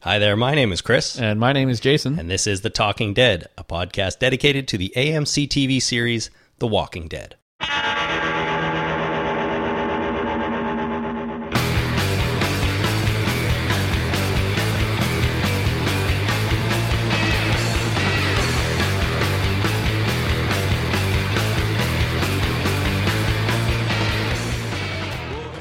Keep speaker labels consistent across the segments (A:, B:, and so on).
A: Hi there, my name is Chris,
B: And my name is Jason.
A: and this is The Talking Dead, a podcast dedicated to the AMC TV series The Walking Dead.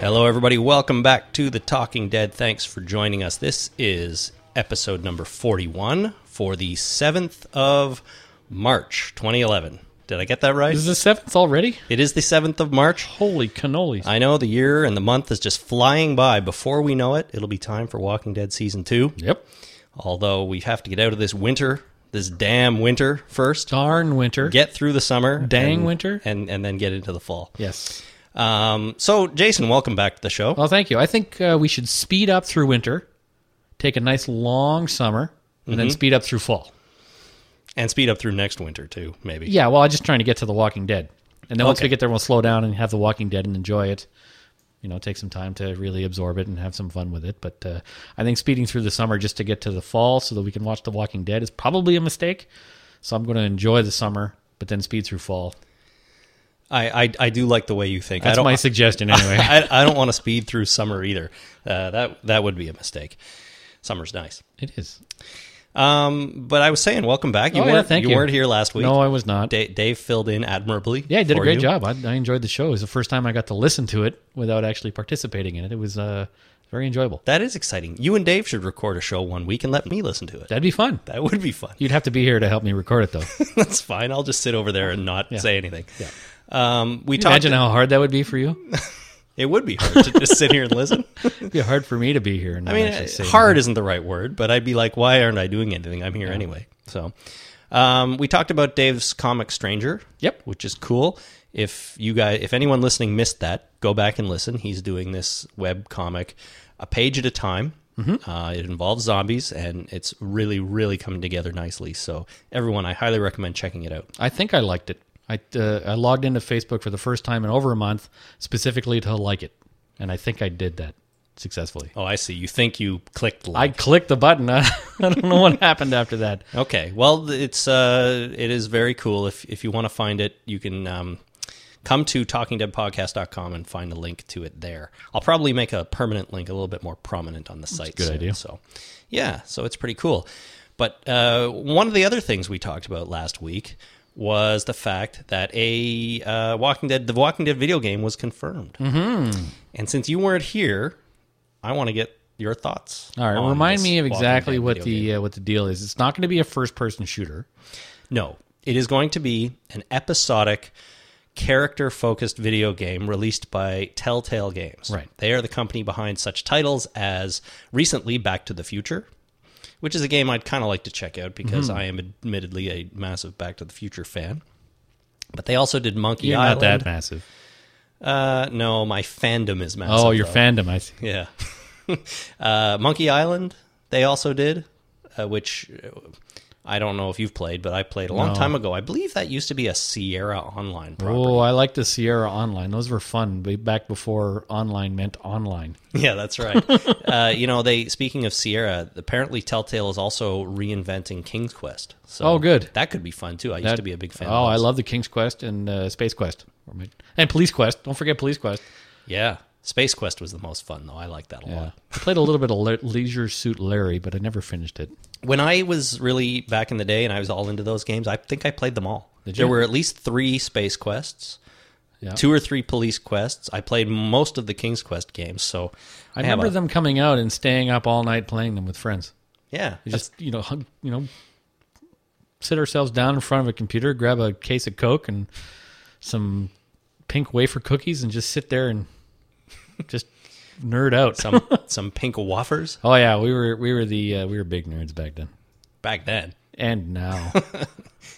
A: Hello, everybody. Welcome back to The Talking Dead. Thanks for joining us. This is episode number 41 for the 7th of March, 2011. Did I get that right?
B: is the seventh already?
A: It is the 7th of March.
B: Holy cannolis.
A: I know the year and the month is just flying by. Before we know it, it'll be time for Walking Dead Season 2.
B: yep.
A: Although we have to get out of this winter, this damn winter first.
B: Darn winter.
A: Get through the summer.
B: Dang
A: and-
B: winter.
A: And, and then get into the fall.
B: yes.
A: Um, so, Jason, welcome back to the show.
B: Well, thank you. I think uh, we should speed up through winter, take a nice long summer, and
A: Mm-hmm.
B: then speed up through fall.
A: And speed up through next winter, too, maybe.
B: Yeah, well, I'm just trying to get to The Walking Dead. And then once
A: Okay.
B: we get there, we'll slow down and have The Walking Dead and enjoy it. You know, take some time to really absorb it and have some fun with it. But uh, I think speeding through the summer just to get to the fall so that we can watch The Walking Dead is probably a mistake. So I'm going to enjoy the summer, but then speed through fall.
A: I, I, I do like the way you think. I
B: That's
A: don't,
B: my suggestion, anyway.
A: I, I don't want to speed through summer either. Uh, that, that would be a mistake. Summer's nice.
B: It is.
A: Um, but I was saying, welcome back. You,
B: Oh, yeah,
A: weren't,
B: thank
A: you
B: you.
A: weren't here last week.
B: No, I was not.
A: Da- Dave filled in admirably.
B: yeah, I did a
A: for
B: great
A: you.
B: job. I, I enjoyed the show. It was the first time I got to listen to it without actually participating in it. It was uh, very enjoyable.
A: That is exciting. You and Dave should record a show one week and let me listen to it.
B: That'd be fun.
A: That would be fun.
B: You'd have to be here to help me record it, though.
A: That's fine. I'll just sit over there and not say anything.
B: Yeah.
A: Um, we talked.
B: Imagine how hard that would be for you.
A: it would be hard to just sit here and listen.
B: It'd be hard for me to be here. And
A: I mean, uh, hard isn't the right word, but I'd be like, why aren't I doing anything? I'm here anyway. So, um, we talked about Dave's comic Stranger.
B: Yep.
A: which is cool. If you guys, if anyone listening missed that, go back and listen. He's doing this web comic, a page at a time. Uh, it involves zombies, and it's really, really coming together nicely. So, everyone, I highly recommend checking it out.
B: I think I liked it. I uh, I logged into Facebook for the first time in over a month specifically to like it, and I think I did that successfully.
A: Oh, I see. You think you clicked
B: I
A: like?
B: clicked the button. I don't know what happened after that.
A: Okay. Well, it's uh, it is very cool. If if you want to find it, you can um, come to talkingdeadpodcast.com and find a link to it there. I'll probably make a permanent link, a little bit more prominent on the site.
B: good
A: soon.
B: idea.
A: So, yeah. So it's pretty cool. But uh, one of the other things we talked about last week was the fact that a uh, Walking Dead, the Walking Dead video game was confirmed. Mm-hmm. And since you weren't here, I want to get your thoughts.
B: All right,
A: on
B: remind
A: this
B: me of
A: Oh, Walking
B: exactly
A: Dead
B: what
A: video
B: the uh, what the deal is. It's not going to be a first person shooter.
A: No, it is going to be an episodic, character focused video game released by Telltale Games.
B: Right.
A: They are the company behind such titles as recently Back to the Future, which is a game I'd kind of like to check out because
B: Mm-hmm.
A: I am admittedly a massive Back to the Future fan. But they also did Monkey
B: You're
A: Island.
B: not that massive.
A: Uh, no, my fandom is massive.
B: Oh, your
A: though.
B: fandom. I see.
A: Yeah. uh, Monkey Island, they also did, uh, which uh, I don't know if you've played, but I played a long time ago. I believe that used to be a Sierra Online property.
B: Oh, I like the Sierra Online. Those were fun b- back before online meant online.
A: Yeah, that's right. uh, you know, they speaking of Sierra, apparently Telltale is also reinventing King's Quest. So
B: Oh, good.
A: That could be fun too. I used
B: That-
A: to be a big fan.
B: Oh,
A: of
B: I
A: those.
B: love the King's Quest and uh, Space Quest, Or my- and Police Quest. Don't forget Police Quest.
A: Yeah, Space Quest was the most fun though. I like that a lot.
B: Yeah. I played a little bit of Le- Leisure Suit Larry, but I never finished it.
A: when I was really back in the day and I was all into those games, I think I played them all.
B: Did
A: there
B: you?
A: were at least three space quests,
B: Yeah.
A: two or three police quests. I played most of the King's Quest games, so
B: I
A: have
B: remember
A: a-
B: them coming out and staying up all night playing them with friends.
A: Yeah,
B: We just you know hung, you know sit ourselves down in front of a computer, grab a case of Coke and some pink wafer cookies, and just sit there and just nerd out.
A: some some pink wafers
B: oh yeah, we were we were the uh, we were big nerds back then,
A: back then.
B: and now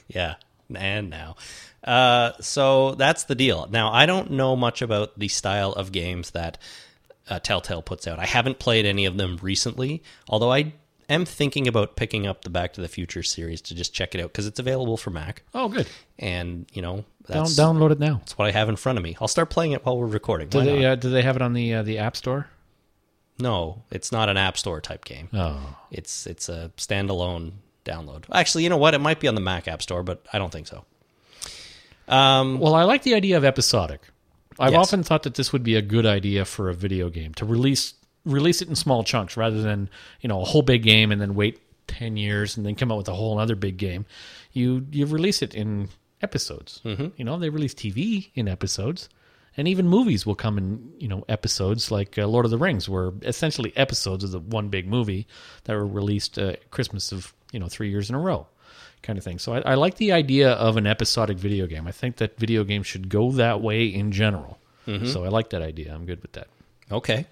A: Yeah, and now. Uh, so that's the deal. Now, I don't know much about the style of games that uh, Telltale puts out. I haven't played any of them recently, although I am thinking about picking up the Back to the Future series to just check it out because it's available for Mac.
B: oh good,
A: And, you know,
B: Down,
A: that's,
B: download it now.
A: that's what I have in front of me. I'll start playing it while we're recording.
B: Do
A: Why
B: they
A: not?
B: uh, do they have it on the uh, the App Store?
A: No, it's not an App Store type game.
B: Oh,
A: It's it's a standalone download. Actually, you know what? It might be on the Mac App Store, but I don't think so.
B: well, I like the idea of episodic. I've
A: Yes.
B: often thought that this would be a good idea for a video game to release release it in small chunks rather than you know a whole big game and then wait ten years and then come out with a whole other big game. You you release it in episodes. You know they release TV in episodes. And even movies will come in, you know, episodes like uh, Lord of the Rings were essentially episodes of the one big movie that were released uh, Christmas of, you know, three years in a row kind of thing. So I, I like the idea of an episodic video game. I think that video games should go that way in general. So I like that idea. I'm good with that.
A: Okay.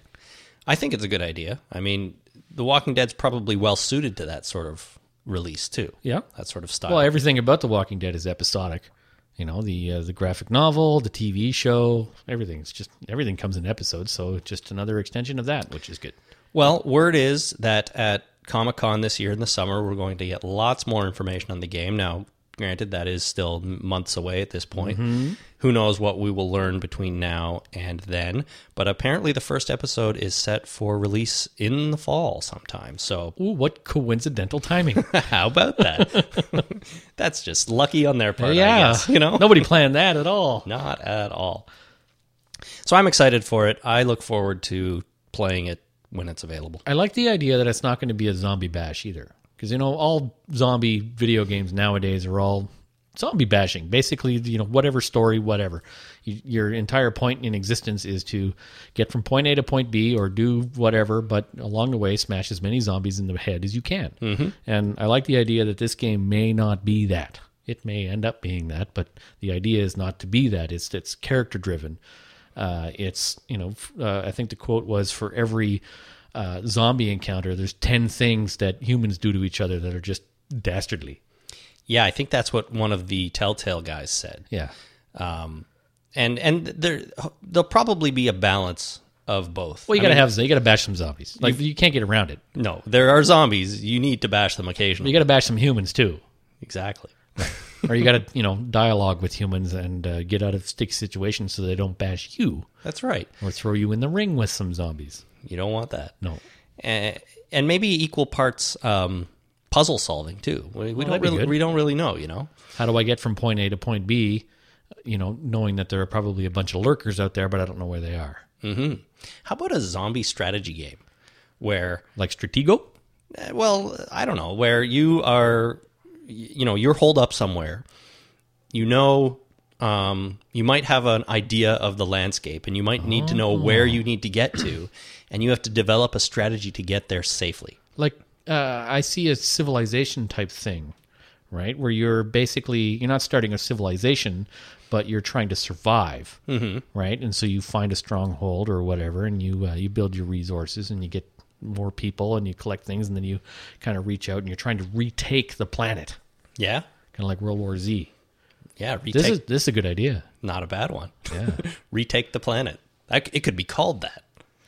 A: I think it's a good idea. I mean, The Walking Dead's probably well suited to that sort of release too.
B: Yeah.
A: That sort of style.
B: Well, everything about The Walking Dead is episodic. You know, the uh, the graphic novel, the TV show, everything. It's just everything comes in episodes. So it's just another extension of that, which is good.
A: Well, word is that at Comic Con this year in the summer, we're going to get lots more information on the game. Now, granted, that is still months away at this point.
B: Mm-hmm.
A: Who knows what we will learn between now and then? But apparently, the first episode is set for release in the fall sometime. So,
B: Ooh, what coincidental timing.
A: how about that? That's just lucky on their part, yeah. I
B: yeah.
A: guess, you know?
B: Nobody planned that at all.
A: Not at all. So, I'm excited for it. I look forward to playing it when it's available.
B: I like the idea that it's not going to be a zombie bash either. Because, you know, all zombie video games nowadays are all zombie bashing. Basically, you know, whatever story, whatever. You, your entire point in existence is to get from point A to point B or do whatever, but along the way, smash as many zombies in the head as you can. Mm-hmm. And I like the idea that this game may not be that. It may end up being that, but the idea is not to be that. It's, it's character driven. Uh, it's you know, f- uh, I think the quote was for every uh, zombie encounter, there's ten things that humans do to each other that are just dastardly.
A: Yeah, I think that's what one of the Telltale guys said.
B: Yeah,
A: and and there there'll probably be a balance of both.
B: well,
A: I
B: you gotta
A: mean,
B: have you gotta bash some zombies. Like you can't get around it.
A: no. There are zombies. You need to bash them occasionally.
B: You gotta bash some humans too,
A: exactly.
B: or you gotta you know dialogue with humans and uh, get out of sticky situations so they don't bash you
A: That's right.
B: or throw you in the ring with some zombies.
A: You don't want that.
B: No,
A: And, and maybe equal parts um, puzzle solving too. We, we don't
B: that'd be
A: really
B: good.
A: we don't really know. You know.
B: how do I get from point A to point B? You know, knowing that there are probably a bunch of lurkers out there, but I don't know where they are.
A: How about a zombie strategy game where
B: Like Stratego.
A: Uh, well i don't know where you are y- you know you're holed up somewhere you know um, you might have an idea of the landscape and you might need to know
B: Oh.
A: where you need to get to and you have to develop a strategy to get there safely
B: like uh, I see a civilization type thing, right? Where you're basically you're not starting a civilization, but you're trying to survive, mm-hmm. right? And so you find a stronghold or whatever, and you uh, you build your resources, and you get more people, and you collect things, and then you kind of reach out, and you're trying to retake the planet,
A: yeah
B: kind of like World War Z.
A: yeah
B: This
A: retake
B: is this is a good idea.
A: not a bad one yeah retake the planet That c- it could be called that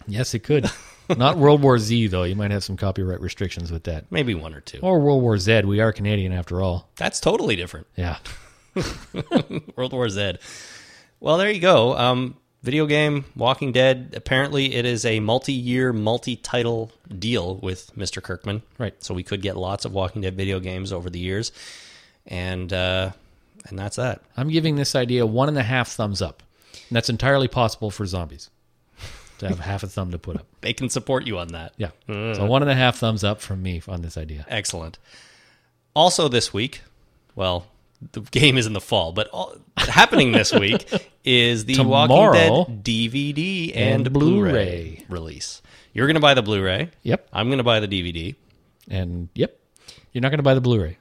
B: Yes, it could. not World War Z though. You might have some copyright restrictions with that.
A: maybe one or two
B: Or World War Z. We are Canadian after all.
A: that's totally different
B: Yeah.
A: World War Z. Well, there you go. Um, video game Walking Dead. Apparently, it is a multi-year, multi-title deal with Mr. Kirkman.
B: Right.
A: So we could get lots of Walking Dead video games over the years, and uh, and that's that.
B: I'm giving this idea one and a half thumbs up. And that's entirely possible for zombies to have half a thumb to put up.
A: They can support you on that.
B: Yeah. So one and a half thumbs up from me on this idea.
A: Excellent. Also, this week, well, the game is in the fall, but all, happening this week is the
B: Tomorrow.
A: Walking Dead DVD and,
B: And
A: Blu-ray.
B: Blu-ray.
A: release. You're going to buy the Blu-ray.
B: Yep.
A: I'm going to buy the DVD.
B: And yep. You're not going to buy the Blu-ray.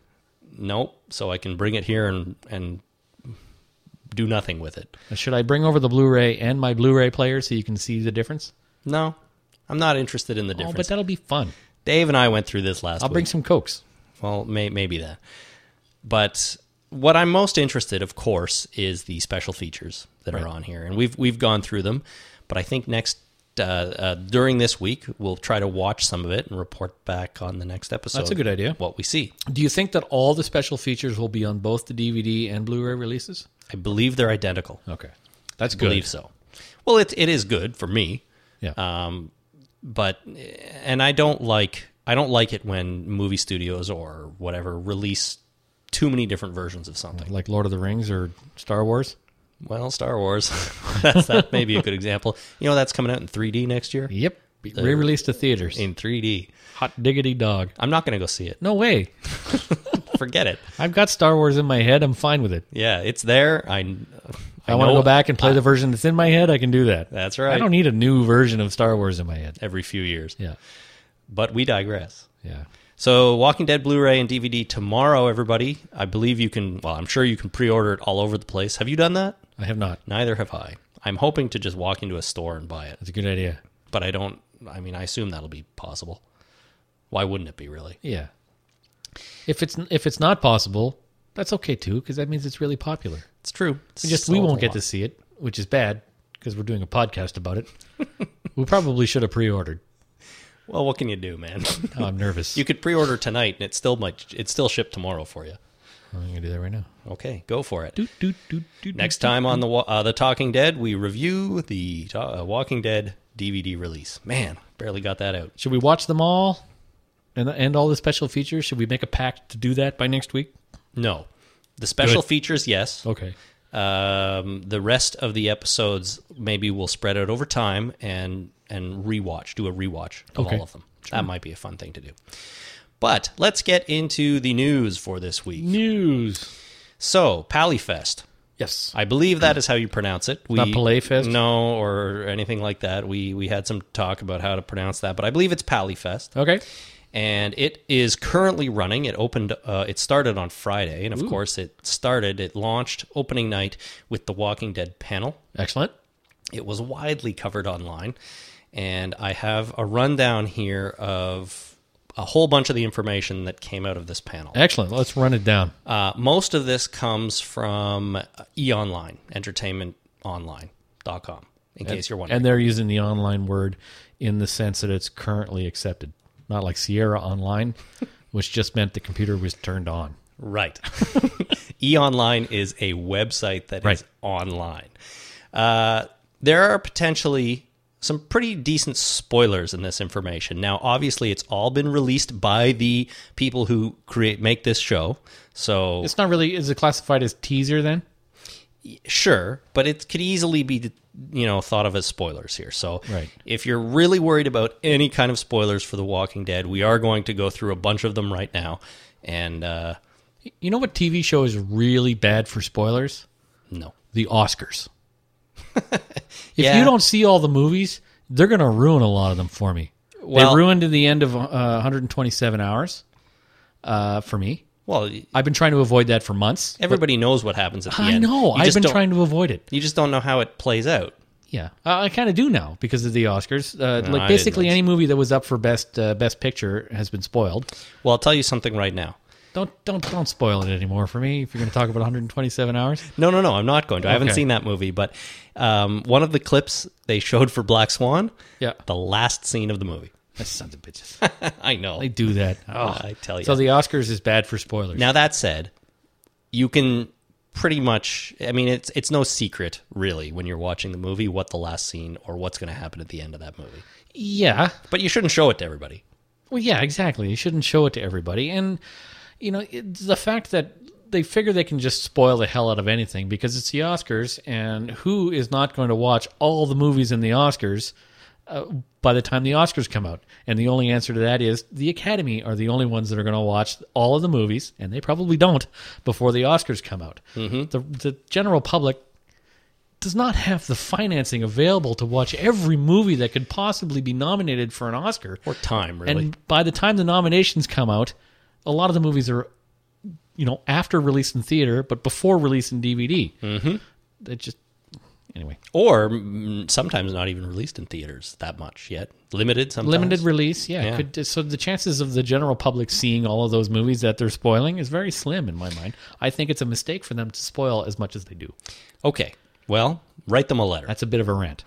A: Nope. So I can bring it here and and do nothing with it.
B: Should I bring over the Blu-ray and my Blu-ray player so you can see the difference?
A: No, I'm not interested in the
B: Oh,
A: difference.
B: but that'll be fun.
A: Dave and I went through this last
B: I'll
A: week.
B: bring some cokes.
A: well, may, maybe that. But what I'm most interested, of course, is the special features that are on here, and we've we've gone through them. But I think next. Uh, uh, during this week, we'll try to watch some of it and report back on the next episode.
B: a good idea.
A: What we see,
B: Do you think that all the special features will be on both the DVD and Blu-ray releases?
A: I believe they're
B: Oh,
A: identical.
B: Okay. That's Uh,
A: Believe so. Well, it it is good for me.
B: Yeah.
A: Um, but and I don't like I don't like it when movie studios or whatever release too many different versions of something.
B: like Lord of the Rings or Star Wars.
A: Well, Star Wars. that's that may be a good example. You know, that's coming out in 3D next year.
B: Yep, re-released to theaters.
A: In 3D.
B: Hot diggity dog.
A: I'm not going to go see it.
B: No way.
A: Forget it.
B: I've got Star Wars in my head. I'm fine with it.
A: Yeah, it's there. I
B: I, want
A: know-
B: to go back and play the version that's in my head. I can do that.
A: That's right.
B: I don't need a new version of Star Wars in my head.
A: every few years.
B: Yeah,
A: But we digress.
B: yeah.
A: So, Walking Dead Blu-ray and DVD tomorrow, everybody. I believe you can. Well, I'm sure you can pre-order it all over the place. Have you done that?
B: I have not.
A: Neither have I. I'm hoping to just walk into a store and buy it,
B: That's a good idea.
A: but I don't. I mean, I assume that'll be possible. Why wouldn't it be? Really?
B: Yeah. If it's if it's not possible, that's okay too, because that means it's really popular.
A: It's true.
B: It's just we won't get to see it, which is bad because we're doing a podcast about it. we probably should have pre-ordered.
A: Well, what can you do, man?
B: Now I'm nervous.
A: you could pre-order tonight, and it still might. It still ship tomorrow for you.
B: I'm gonna do that right now.
A: Okay, go for it.
B: Do, do, do, do,
A: Next
B: do,
A: time on the Wa- uh, the Talking Dead, we review the Ta- uh, Walking Dead DVD release. Man, barely got that out.
B: Should we watch them all and and all the special features? Should we make a pact to do that by next week?
A: No, the special
B: Good.
A: features, yes.
B: Okay.
A: Um, the rest of the episodes maybe we'll spread out over time and and rewatch, do a rewatch of
B: Okay.
A: all of them. That might be a fun thing to do. But let's get into the news for this week.
B: News.
A: So, Pallyfest.
B: Yes.
A: I believe that is how you pronounce it. We,
B: Not Palayfest?
A: No, or anything like that. We we had some talk about how to pronounce that, but I believe it's Pallyfest.
B: Okay.
A: and it is currently running. It opened. Uh, it started on Friday, and of course, it started. It launched opening night with the Walking Dead panel.
B: Excellent.
A: It was widely covered online, and I have a rundown here of a whole bunch of the information that came out of this panel.
B: Excellent. Let's run it down.
A: Uh, most of this comes from uh, eOnline, entertainmentonline.com, in case you're wondering.
B: And they're using the online word in the sense that it's currently accepted, not like Sierra Online, which just meant the computer was turned on.
A: Right. eOnline is a website that is
B: Right.
A: online. Uh, there are potentially some pretty decent spoilers in this information. Now, obviously, it's all been released by the people who create make this show. So
B: It's not really. Is it classified as teaser then?
A: sure, but it could easily be you know thought of as spoilers here. So
B: Right.
A: if you're really worried about any kind of spoilers for The Walking Dead, we are going to go through a bunch of them right now. And uh,
B: You know what TV show is really bad for spoilers?
A: no,
B: The Oscars. if
A: Yeah.
B: you don't see all the movies, they're going to ruin a lot of them for me.
A: Well-
B: they ruined the end of uh, 127 hours uh, for me.
A: well.
B: I've been trying to avoid that for months.
A: Everybody knows what happens at the
B: I
A: end.
B: know.
A: You
B: I've
A: just
B: been
A: don't-
B: trying to avoid it.
A: You just don't know how it plays out.
B: Yeah, uh, I kind of do now because of the Oscars. Uh,
A: I
B: like
A: didn't
B: basically
A: know.
B: any movie that was up for best uh, best picture has been spoiled.
A: Well, I'll tell you something right now.
B: Don't don't don't spoil it anymore for me. If you're going to talk about 127 hours,
A: No, no, no. I'm not going to. I haven't
B: Okay.
A: seen that movie, but um, one of the clips they showed for Black Swan,
B: yeah,
A: the last scene of the movie.
B: that's sons of bitches.
A: I know.
B: They do that. Oh.
A: I tell you.
B: So the Oscars is bad for spoilers.
A: now that said, you can pretty much. I mean, it's it's no secret really when you're watching the movie what the last scene or what's going to happen at the end of that movie.
B: yeah,
A: But you shouldn't show it to everybody.
B: Well, yeah, exactly. You shouldn't show it to everybody. And, you know, it, the fact that they figure they can just spoil the hell out of anything because it's the Oscars, and who is not going to watch all the movies in the Oscars uh, by the time the Oscars come out? And the only answer to that is the Academy are the only ones that are going to watch all of the movies, and they probably don't before the Oscars come out. The, the general public does not have the financing available to watch every movie that could possibly be nominated for an Oscar
A: Or time really.
B: and by the time the nominations come out, a lot of the movies are, you know, after release in theater, but before release in DVD. Mm-hmm. It just anyway
A: or mm, sometimes not even released in theaters that much yet. Limited sometimes.
B: limited release. Yeah,
A: Yeah.
B: Could, so the chances of the general public seeing all of those movies that they're spoiling is very slim in my mind. I think it's a mistake for them to spoil as much as they do.
A: Okay. Well, write them a letter.
B: That's a bit of a rant.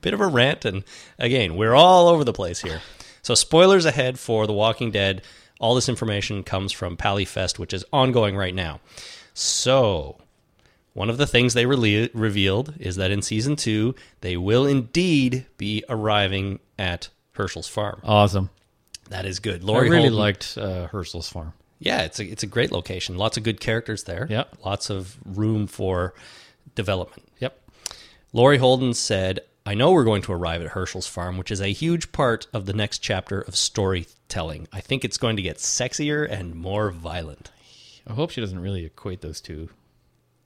A: bit of a rant and again we're all over the place here so spoilers ahead for the walking dead all this information comes from pallyfest which is ongoing right now so one of the things they rele- revealed is that in season two they will indeed be arriving at Herschel's Farm.
B: Awesome.
A: That is good. Lori
B: I really
A: Holden-
B: liked uh, Herschel's Farm.
A: Yeah, it's a, it's a great location. Lots of good characters there.
B: Yeah.
A: Lots of room for development.
B: Yep.
A: Lori Holden said, I know we're going to arrive at Herschel's farm, which is a huge part of the next chapter of storytelling. I think it's going to get sexier and more violent.
B: I hope she doesn't really equate those two.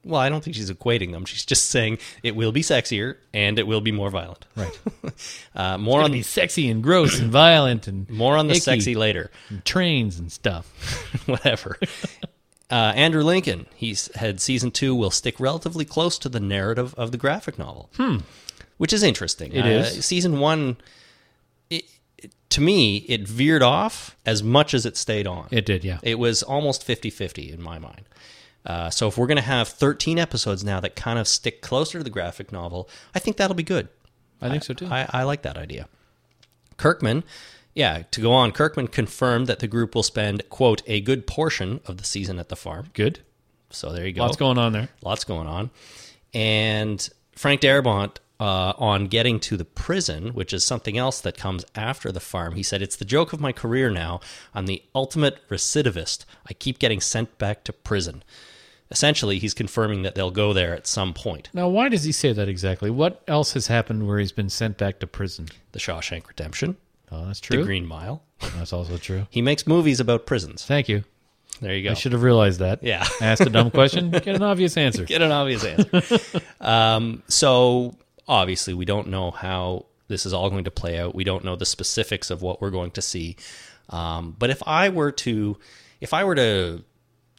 A: Well, I don't think she's equating them. She's just saying it will be sexier and it will be more violent.
B: Right.
A: Uh, more
B: Gonna
A: on
B: be sexy and gross and violent and
A: more on the
B: icky
A: sexy later.
B: and trains and stuff.
A: whatever. Uh, Andrew Lincoln, he had season two will stick relatively close to the narrative of the graphic novel, hmm. which is interesting.
B: It
A: uh,
B: is.
A: Season one, it, it- to me, it veered off as much as it stayed on.
B: It did, yeah.
A: It was almost 50 50 in my mind. Uh, so if we're going to have 13 episodes now that kind of stick closer to the graphic novel, I think that'll be good.
B: I think so too.
A: I, I like that idea. Kirkman, yeah, to go on, Kirkman confirmed that the group will spend, quote, a good portion of the season at the farm.
B: Good.
A: So there you go.
B: Lots going on there.
A: Lots going on. And Frank Darabont uh, on getting to the prison, which is something else that comes after the farm, he said, It's the joke of my career now. I'm the ultimate recidivist. I keep getting sent back to prison. Essentially, he's confirming that they'll go there at some point.
B: Now, why does he say that exactly? What else has happened where he's been sent back to prison?
A: The Shawshank Redemption,
B: Oh, that's
A: The
B: true.
A: Green Mile.
B: That's also true.
A: He makes movies about prisons.
B: Thank you.
A: There you go.
B: I should have realized that.
A: Yeah.
B: I asked a dumb question, get an obvious answer.
A: Get an obvious answer. um, so obviously, we don't know how this is all going to play out. We don't know the specifics of what we're going to see. Um, but if I were to, if I were to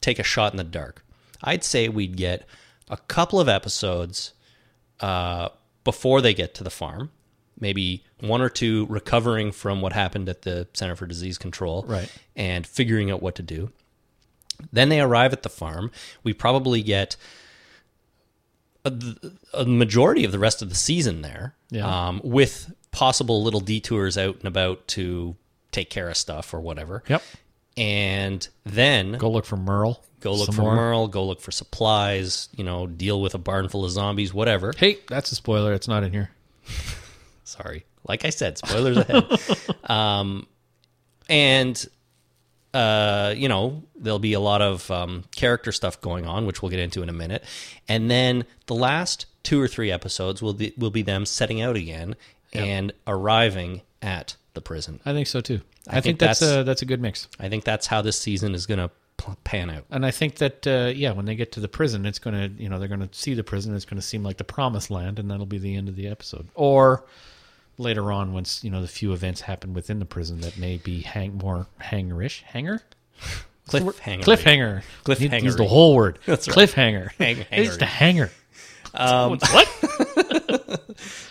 A: take a shot in the dark, I'd say we'd get a couple of episodes uh, before they get to the farm. Maybe one or two recovering from what happened at the Center for Disease Control,
B: Right.
A: And figuring out what to do. Then they arrive at the farm. We probably get a, a majority of the rest of the season there,
B: Yeah.
A: um, with possible little detours out and about to take care of stuff or whatever.
B: Yep.
A: And then
B: Go look for Merle.
A: go look
B: Some
A: for
B: more.
A: Merle, go look for supplies, you know, deal with a barn full of zombies, whatever.
B: Hey, that's a spoiler. It's not in here.
A: Sorry. Like I said, spoilers ahead. Um, and, uh, you know, there'll be a lot of um, character stuff going on, which we'll get into in a minute. And then the last two or three episodes will be, will be them setting out again and arriving at the prison.
B: I think so too. I,
A: think
B: think, that's,
A: that's-
B: a that's a good mix.
A: I think that's how this season is going to pl- pan out.
B: And I think that uh, yeah, when they get to the prison, it's gonna you know they're gonna see the prison. It's gonna seem like the promised land, and that'll be the end of the episode. Or later on, once you know the few events happen within the prison that may be hang more hangerish, hanger,
A: Cliffhanger.
B: cliffhanger, Need to Use the
A: Cliffhangery.
B: whole word.
A: That's right.
B: cliffhanger.
A: Hang-
B: It's just a hanger.
A: Um,
B: What?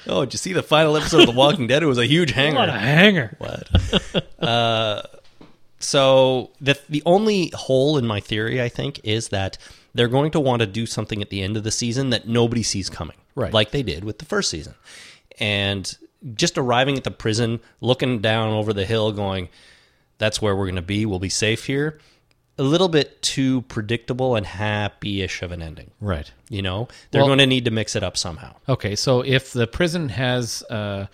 A: Oh, did you see the final episode of The Walking Dead? It was a huge
B: what a
A: hanger.
B: hanger.
A: So the the only hole in my theory, I think, is that they're going to want to do something at the end of the season that nobody sees coming,
B: Right.
A: Like they did with the first season, and just arriving at the prison, looking down over the hill, going, "That's where we're going to be. We'll be safe here." A little bit too predictable and happy-ish of an ending.
B: Right.
A: You know, they're
B: Well-
A: going to need to mix it up somehow.
B: Okay, so if the prison has uh,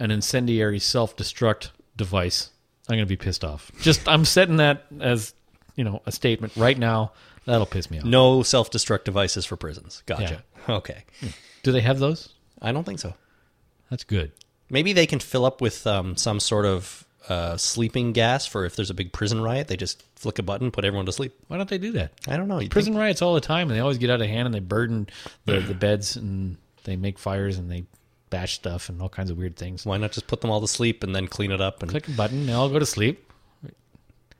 B: an incendiary self-destruct device, I'm going to be pissed off. Just I'm setting that as you know a statement right now. That'll piss me off.
A: No self-destruct devices for prisons. Gotcha. Okay,
B: Do they have those?
A: I don't think so.
B: That's good.
A: Maybe they can fill up with um, some sort of uh, sleeping gas for if there's a big prison riot. They just flick a button, put everyone to sleep.
B: Why don't they do that?
A: I don't know. You'd
B: Prison riots all the time, and they always get out of hand, and they burden the, the beds, and they make fires, and they bash stuff, and all kinds of weird things.
A: think, why not just put them all to sleep and then clean it up? And
B: Click a button, they all go to sleep.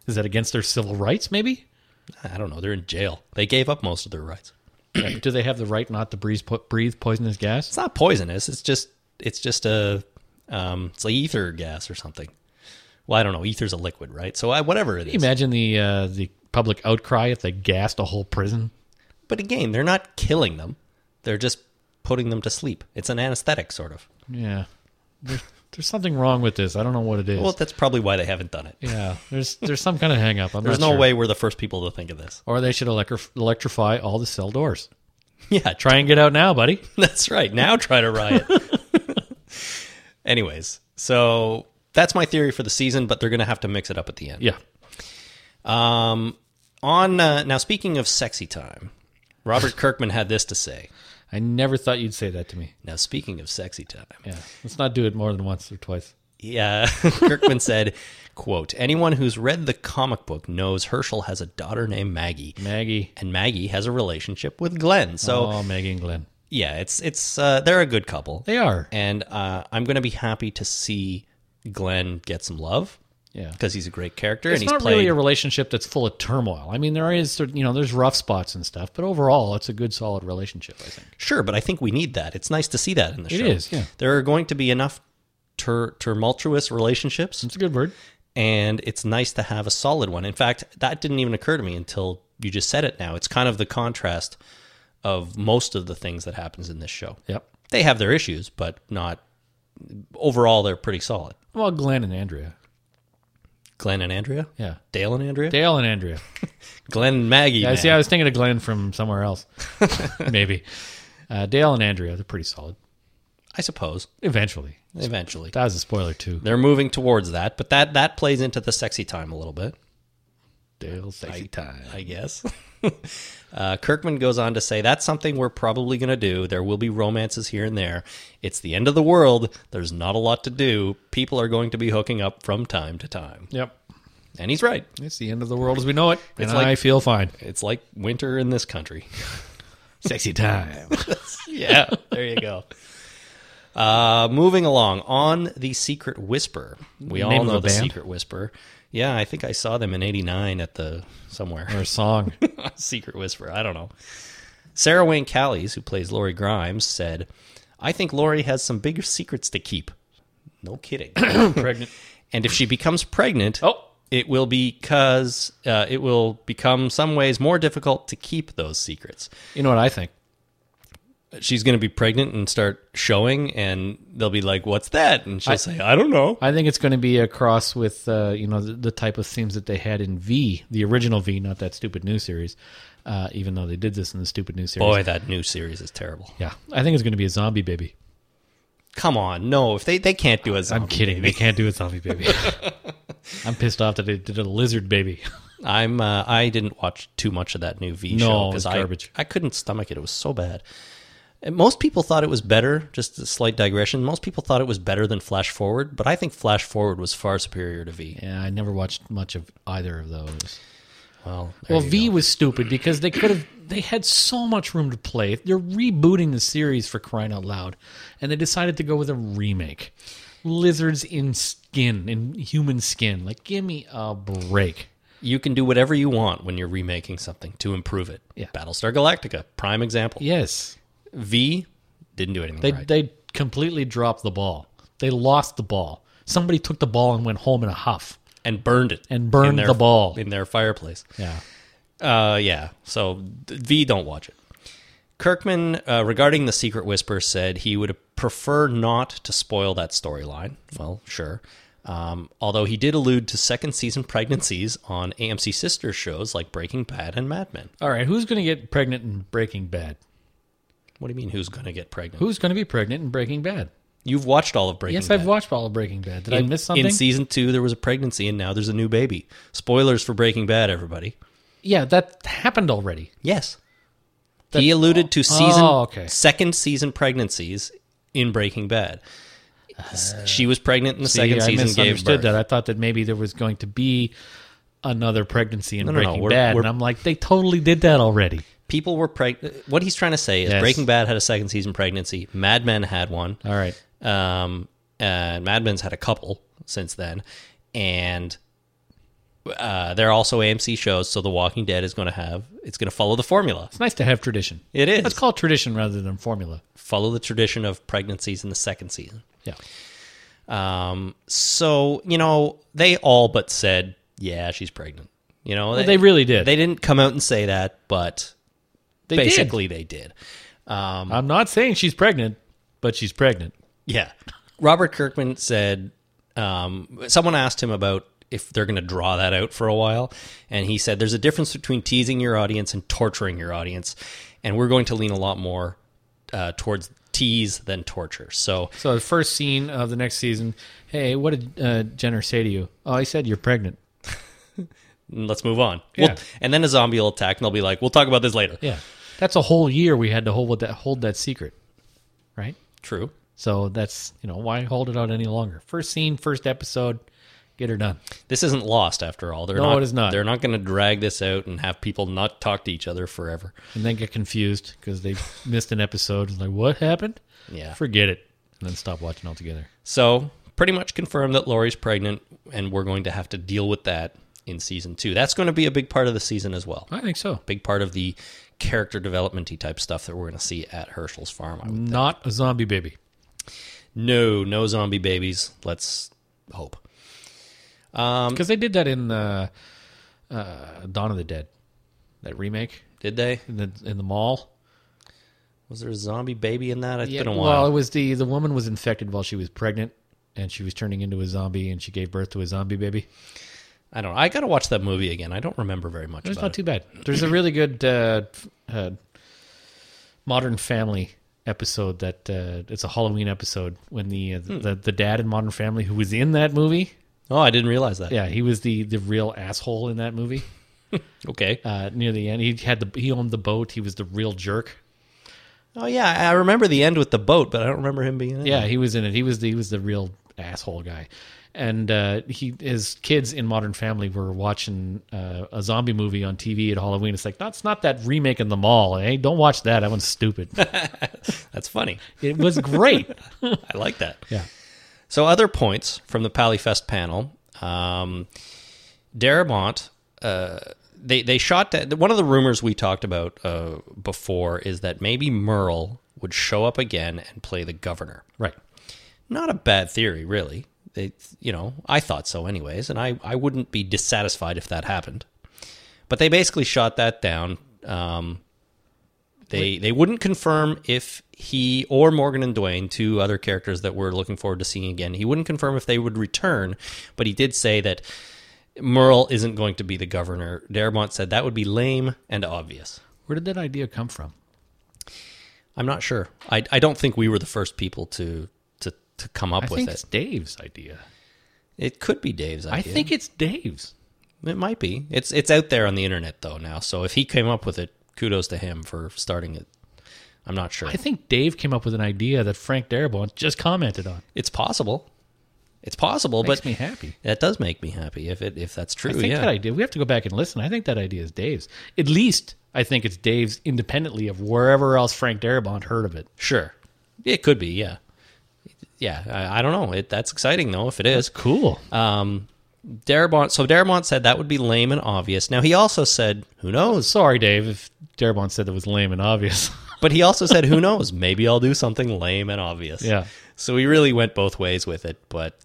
B: Is that against their civil rights? Maybe.
A: I don't know. They're in jail. They gave up most of their rights.
B: Yeah, but do they have the right not to breathe, po- breathe poisonous gas?
A: It's not poisonous. It's just it's just a um, it's like ether gas or something. Well, I don't know. Ether's a liquid, right? So I, whatever it is.
B: Imagine the uh, the public outcry if they gassed a whole prison.
A: But again, they're not killing them. They're just putting them to sleep. It's an anesthetic, sort of.
B: Yeah, there's, there's something wrong with this. I don't know what it is.
A: Well, that's probably why they haven't done it.
B: yeah, there's there's some kind of hang up. I'm
A: There's
B: not
A: no
B: sure.
A: way we're the first people to think of this.
B: Or they should electri- electrify all the cell doors.
A: Yeah,
B: Try and get out now, buddy.
A: That's right. Now try to riot. Anyways, so that's my theory for the season, but they're going to have to mix it up at the end.
B: Yeah.
A: Um, on uh, now, speaking of sexy time, Robert Kirkman had this to say.
B: I never thought you'd say that to me.
A: Now, speaking of sexy time,
B: Yeah. Let's not do it more than once or twice.
A: yeah, Kirkman said, "quote Anyone who's read the comic book knows Herschel has a daughter named Maggie,
B: Maggie.
A: and Maggie has a relationship with Glenn. So
B: oh, Maggie and Glenn.
A: yeah, it's it's uh, they're a good couple,
B: They are.
A: and uh, I'm going to be happy to see Glenn get some love
B: Yeah.
A: because he's a great character
B: It's
A: and he's
B: not
A: played.
B: really a relationship that's full of turmoil. I mean, there is, you know, there's rough spots and stuff, but overall, it's a good, solid relationship. I think.
A: Sure, but I think we need that. It's nice to see that in the
B: It
A: show.
B: is, yeah.
A: There are going to be enough tur- tumultuous relationships,
B: It's a good word.
A: and it's nice to have a solid one. In fact, that didn't even occur to me until you just said it now. It's kind of the contrast of most of the things that happens in this show.
B: Yep.
A: They have their issues, but not overall they're pretty solid.
B: Well, Glenn and Andrea.
A: Glenn and Andrea?
B: Yeah.
A: Dale and Andrea?
B: Dale and Andrea.
A: Glenn and Maggie.
B: Yeah, I
A: man.
B: see. I was thinking of Glenn from somewhere else. Maybe. Uh, Dale and Andrea, they're pretty solid.
A: I suppose
B: Eventually.
A: eventually.
B: That was a spoiler, too.
A: They're moving towards that, but that that plays into the sexy time a little bit.
B: Dale, sexy time.
A: I guess. uh, Kirkman goes on to say that's something we're probably going to do. There will be romances here and there. It's the end of the world. There's not a lot to do. People are going to be hooking up from time to time.
B: Yep.
A: And he's right.
B: It's the end of the world as we know it. and
A: like-
B: I feel fine.
A: It's like winter in this country.
B: Sexy time.
A: yeah, there you go. Uh, moving along on the Secret Whisper. We all
B: Name of
A: know
B: a
A: the
B: band?
A: Secret Whisper. Yeah, I think I saw them in '89 at the somewhere.
B: or a song.
A: Secret whisper. I don't know. Sarah Wayne Callies, who plays Lori Grimes, said, I think Lori has some bigger secrets to keep. No kidding.
B: Pregnant.
A: and if she becomes pregnant,
B: Oh.
A: it will because uh, it will become some ways more difficult to keep those secrets.
B: You know what I think?
A: She's going to be pregnant and start showing, and they'll be like, "What's that?" And she'll say, "I don't know."
B: I think it's going to be a cross with uh, you know the, the type of themes that they had in V, the original V, not that stupid new series. Uh, even though they did this in the stupid new series,
A: Boy, that new series is terrible.
B: yeah, I think it's going to be a zombie baby.
A: Come on, no, if they they can't do a zombie
B: I'm kidding. They can't do a zombie baby. I'm pissed off that they did a lizard baby.
A: I'm uh, I didn't watch too much of that new V
B: No,
A: show
B: it was
A: I
B: garbage.
A: I couldn't stomach it. It was so bad. And most people thought it was better. Just a slight digression. Most people thought it was better than Flash Forward, but I think Flash Forward was far superior to V.
B: yeah, I never watched much of either of those.
A: Well, there
B: Well,
A: you
B: V was stupid because they could have. They had so much room to play. They're rebooting the series for crying out loud, and they decided to go with a remake. Lizards in skin, in human skin. Like, give me a break.
A: go. you can do whatever you want when you're remaking something to improve it.
B: Yeah.
A: Battlestar Galactica, prime example.
B: Yes,
A: V didn't do anything
B: they
A: right.
B: they completely dropped the ball. They lost the ball. Somebody took the ball and went home in a huff.
A: and burned it
B: And burned
A: in their-
B: the ball.
A: in their fireplace.
B: Yeah,
A: Uh, yeah. So th- V, don't watch it. Kirkman, uh, regarding the Secret Whisper, said he would prefer not to spoil that storyline. Well, sure. Um, although he did allude to second season pregnancies on AMC sister shows like Breaking Bad and Mad Men.
B: All right, who's going to get pregnant in Breaking Bad?
A: What do you mean? Who's going to get pregnant?
B: Who's going to be pregnant in Breaking Bad?
A: You've watched all of Breaking
B: Yes,
A: Bad.
B: I've watched all of Breaking Bad. Did I miss something?
A: In season two, there was a pregnancy, and now there's a new baby. Spoilers for Breaking Bad, everybody.
B: yeah, that happened already.
A: Yes. he alluded to season
B: Oh, okay.
A: second season pregnancies in Breaking Bad. S- she was pregnant in the
B: See,
A: second
B: I
A: season, gave
B: misunderstood
A: birth.
B: that. I thought that maybe there was going to be another pregnancy in
A: No, no, no,
B: Breaking
A: we're-
B: Bad,
A: we're-
B: and I'm like, they totally did that already.
A: People were pregnant. What he's trying to say is
B: Yes.
A: Breaking Bad had a second season pregnancy. Mad Men had one.
B: All right,
A: Um, and Mad Men's had a couple since then, and uh, they're also AMC shows. So The Walking Dead is going to have it's going to follow the formula.
B: it's nice to have tradition.
A: It is.
B: Let's call it tradition rather than formula.
A: follow the tradition of pregnancies in the second season.
B: Yeah,
A: Um, so you know, they all but said, "Yeah, she's pregnant." You know,
B: they really did.
A: They didn't come out and say that, but
B: They did.
A: basically they did. Um,
B: I'm not saying she's pregnant, but she's pregnant.
A: yeah, Robert Kirkman said. Um, someone asked him about if they're going to draw that out for a while, and he said, "There's a difference between teasing your audience and torturing your audience, and we're going to lean a lot more uh, towards tease, then torture. So
B: So the first scene of the next season. Hey, what did uh, Jenner say to you? Oh, I said you're pregnant.
A: let's move on.
B: Yeah.
A: Well, and then a zombie will attack, and they'll be like, "We'll talk about this later."
B: Yeah, that's a whole year we had to hold that hold that secret, right?
A: True.
B: So that's you know why hold it out any longer. First scene, first episode, get her done.
A: This isn't lost after all. They're
B: No,
A: not,
B: it is not.
A: They're not going to drag this out and have people not talk to each other forever.
B: and then get confused because they missed an episode. It's like, what happened?
A: Yeah.
B: Forget it. And then stop watching altogether.
A: So pretty much confirmed that Laurie's pregnant, and we're going to have to deal with that in season two. That's going to be a big part of the season as well.
B: I think so.
A: Big part of the character development type stuff that we're going to see at Herschel's farm. I would-
B: Not a zombie baby.
A: No, no zombie babies. Let's hope. Um,
B: Because they did that in uh, uh, Dawn of the Dead, that remake
A: Did they?
B: in the, in the mall.
A: Was there a zombie baby in that? It's
B: Yeah,
A: been a
B: Well, it
A: while.
B: was the, the woman was infected while she was pregnant and she was turning into a zombie and she gave birth to a zombie baby.
A: I don't know. I got to watch that movie again. I don't remember very much
B: It's
A: about
B: not
A: it.
B: too bad. There's a really good uh, f- uh, Modern Family episode that uh, it's a Halloween episode when the, uh, the the dad in Modern Family who was in that movie,
A: Oh, I didn't realize that.
B: yeah, he was the the real asshole in that movie.
A: Okay.
B: Uh, near the end, he had the he owned the boat. He was the real jerk.
A: Oh yeah, I remember the end with the boat, but I don't remember him being in it.
B: Yeah, he was in it. He was the, he was the real asshole guy. And uh, he his kids in Modern Family were watching uh, a zombie movie on TV at Halloween. It's like that's not that remake in the mall. Hey, don't watch that. That one's stupid.
A: That's funny.
B: It was great.
A: I like that.
B: yeah.
A: So other points from the Pallyfest panel. Um, Darabont, uh, they they shot that. One of the rumors we talked about uh, before is that maybe Merle would show up again and play the governor.
B: Right.
A: Not a bad theory, really. They, you know, I thought so, anyways, and I I wouldn't be dissatisfied if that happened. But they basically shot that down. Um, they they wouldn't confirm if he or Morgan and Dwayne, two other characters that we're looking forward to seeing again, he wouldn't confirm if they would return, but he did say that Merle isn't going to be the governor. Darabont said that would be lame and obvious.
B: Where did that idea come from?
A: I'm not sure. I I don't think we were the first people to to to come up
B: I
A: with
B: think
A: it.
B: it's Dave's idea.
A: It could be Dave's idea.
B: I think it's Dave's.
A: It might be. It's it's out there on the internet though now. So if he came up with it, kudos to him for starting it. I'm not sure.
B: I think Dave came up with an idea that Frank Darabont just commented on.
A: It's possible. It's possible,
B: Makes
A: but
B: me happy.
A: that does make me happy if it if that's true.
B: I think
A: yeah.
B: that idea. We have to go back and listen. I think that idea is Dave's. At least I think it's Dave's, independently of wherever else Frank Darabont heard of it.
A: sure. It could be. Yeah. Yeah. I, I don't know. It that's exciting though. If it is,
B: Cool.
A: um, Darabont. So Darabont said that would be lame and obvious. Now he also said, who knows?
B: Sorry, Dave, if Darabont said that was lame and obvious.
A: But he also said, who knows? Maybe I'll do something lame and obvious.
B: yeah.
A: So we really went both ways with it, but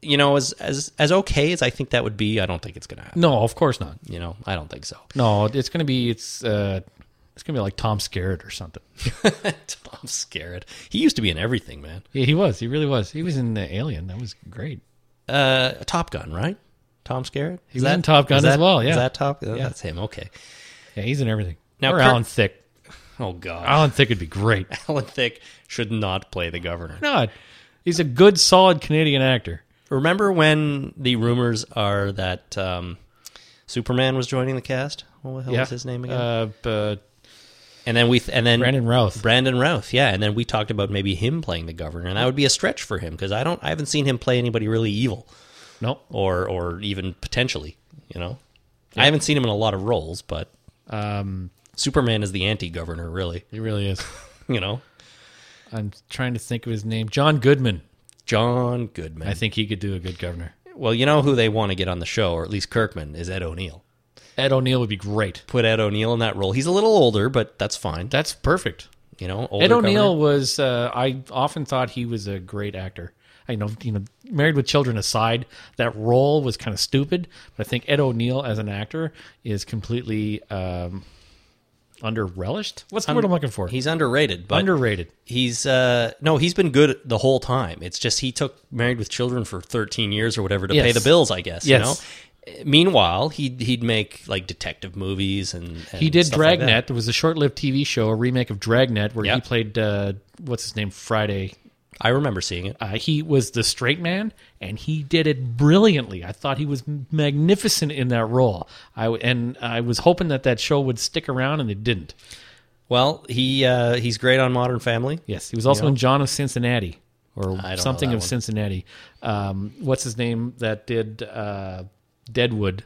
A: you know, as as as okay as I think that would be, I don't think it's gonna happen.
B: No, of course not.
A: You know, I don't think so.
B: No, it's gonna be it's uh it's gonna be like Tom Skerritt or something.
A: Tom Skerritt, he used to be in everything, man.
B: Yeah, he was. He really was. He was in the Alien. That was great.
A: Uh, Top Gun, right? Tom Skerritt. He
B: was in Top Gun as well, yeah.
A: is that Top? That's him. Okay.
B: Yeah, he's in everything.
A: Now,
B: or
A: Kirk-
B: Alan Thick.
A: Oh God,
B: Alan Thick would be great.
A: Alan Thicke should not play the governor.
B: Not. He's a good, solid Canadian actor.
A: Remember when the rumors are that um, Superman was joining the cast? What the hell was his name again?
B: Uh, but
A: and then we th- and then
B: Brandon Routh.
A: Brandon Routh, yeah, and then we talked about maybe him playing the governor, and that would be a stretch for him because I don't, I haven't seen him play anybody really evil
B: nope.
A: or or even potentially, you know, I haven't seen him in a lot of roles, but
B: Um,
A: Superman is the anti-governor, really,
B: he really is.
A: you know.
B: I'm trying to think of his name. John Goodman.
A: John Goodman.
B: I think he could do a good governor.
A: well, you know who they want to get on the show, or at least Kirkman is Ed O'Neill.
B: Ed O'Neill would be great.
A: Put Ed O'Neill in that role. He's a little older, but that's fine.
B: That's perfect.
A: You know, older
B: Ed O'Neill
A: governor.
B: was. Uh, I often thought he was a great actor. I know, you know, Married with Children aside, that role was kind of stupid. But I think Ed O'Neill as an actor is completely um, underrelished. What's the word I'm looking for?
A: He's underrated, but
B: underrated.
A: He's uh no, he's been good the whole time. It's just he took Married with Children for 13 years or whatever to
B: Yes.
A: pay the bills, I guess, you
B: Yes.
A: know. Meanwhile, he'd he'd make like detective movies and, and
B: He did
A: stuff like
B: Dragnet. there was a short-lived TV show, a remake of Dragnet, where he
A: Yep.
B: played uh, what's his name Friday.
A: that. I remember seeing it.
B: Uh, he was the straight man, and he did it brilliantly. I thought he was magnificent in that role. I w- and I was hoping that that show would stick around, and it didn't.
A: Well, he uh, he's great on Modern Family.
B: Yes, he was also in John of Cincinnati or
A: know
B: something
A: that
B: of
A: one.
B: Cincinnati. Um, what's his name that did uh, Deadwood?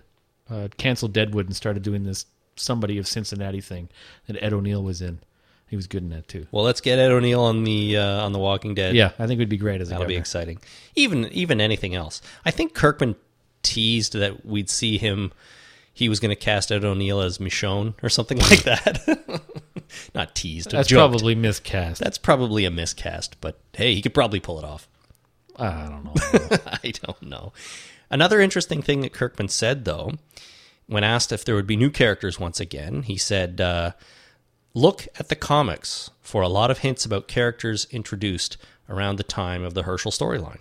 B: Uh, canceled Deadwood and started doing this somebody of Cincinnati thing that Ed O'Neill was in. He was good in that too.
A: Well, let's get Ed O'Neill on the uh, on the Walking Dead.
B: Yeah, I think it would be great as a
A: that'll be
B: governor.
A: exciting. Even even anything else. I think Kirkman teased that we'd see him. He was going to cast Ed O'Neill as Michonne or something like that. Not teased.
B: That's
A: joked.
B: probably miscast.
A: that's probably a miscast, but hey, he could probably pull it off.
B: I don't know.
A: I don't know. Another interesting thing that Kirkman said, though, when asked if there would be new characters once again, he said, uh, Look at the comics for a lot of hints about characters introduced around the time of the Herschel storyline.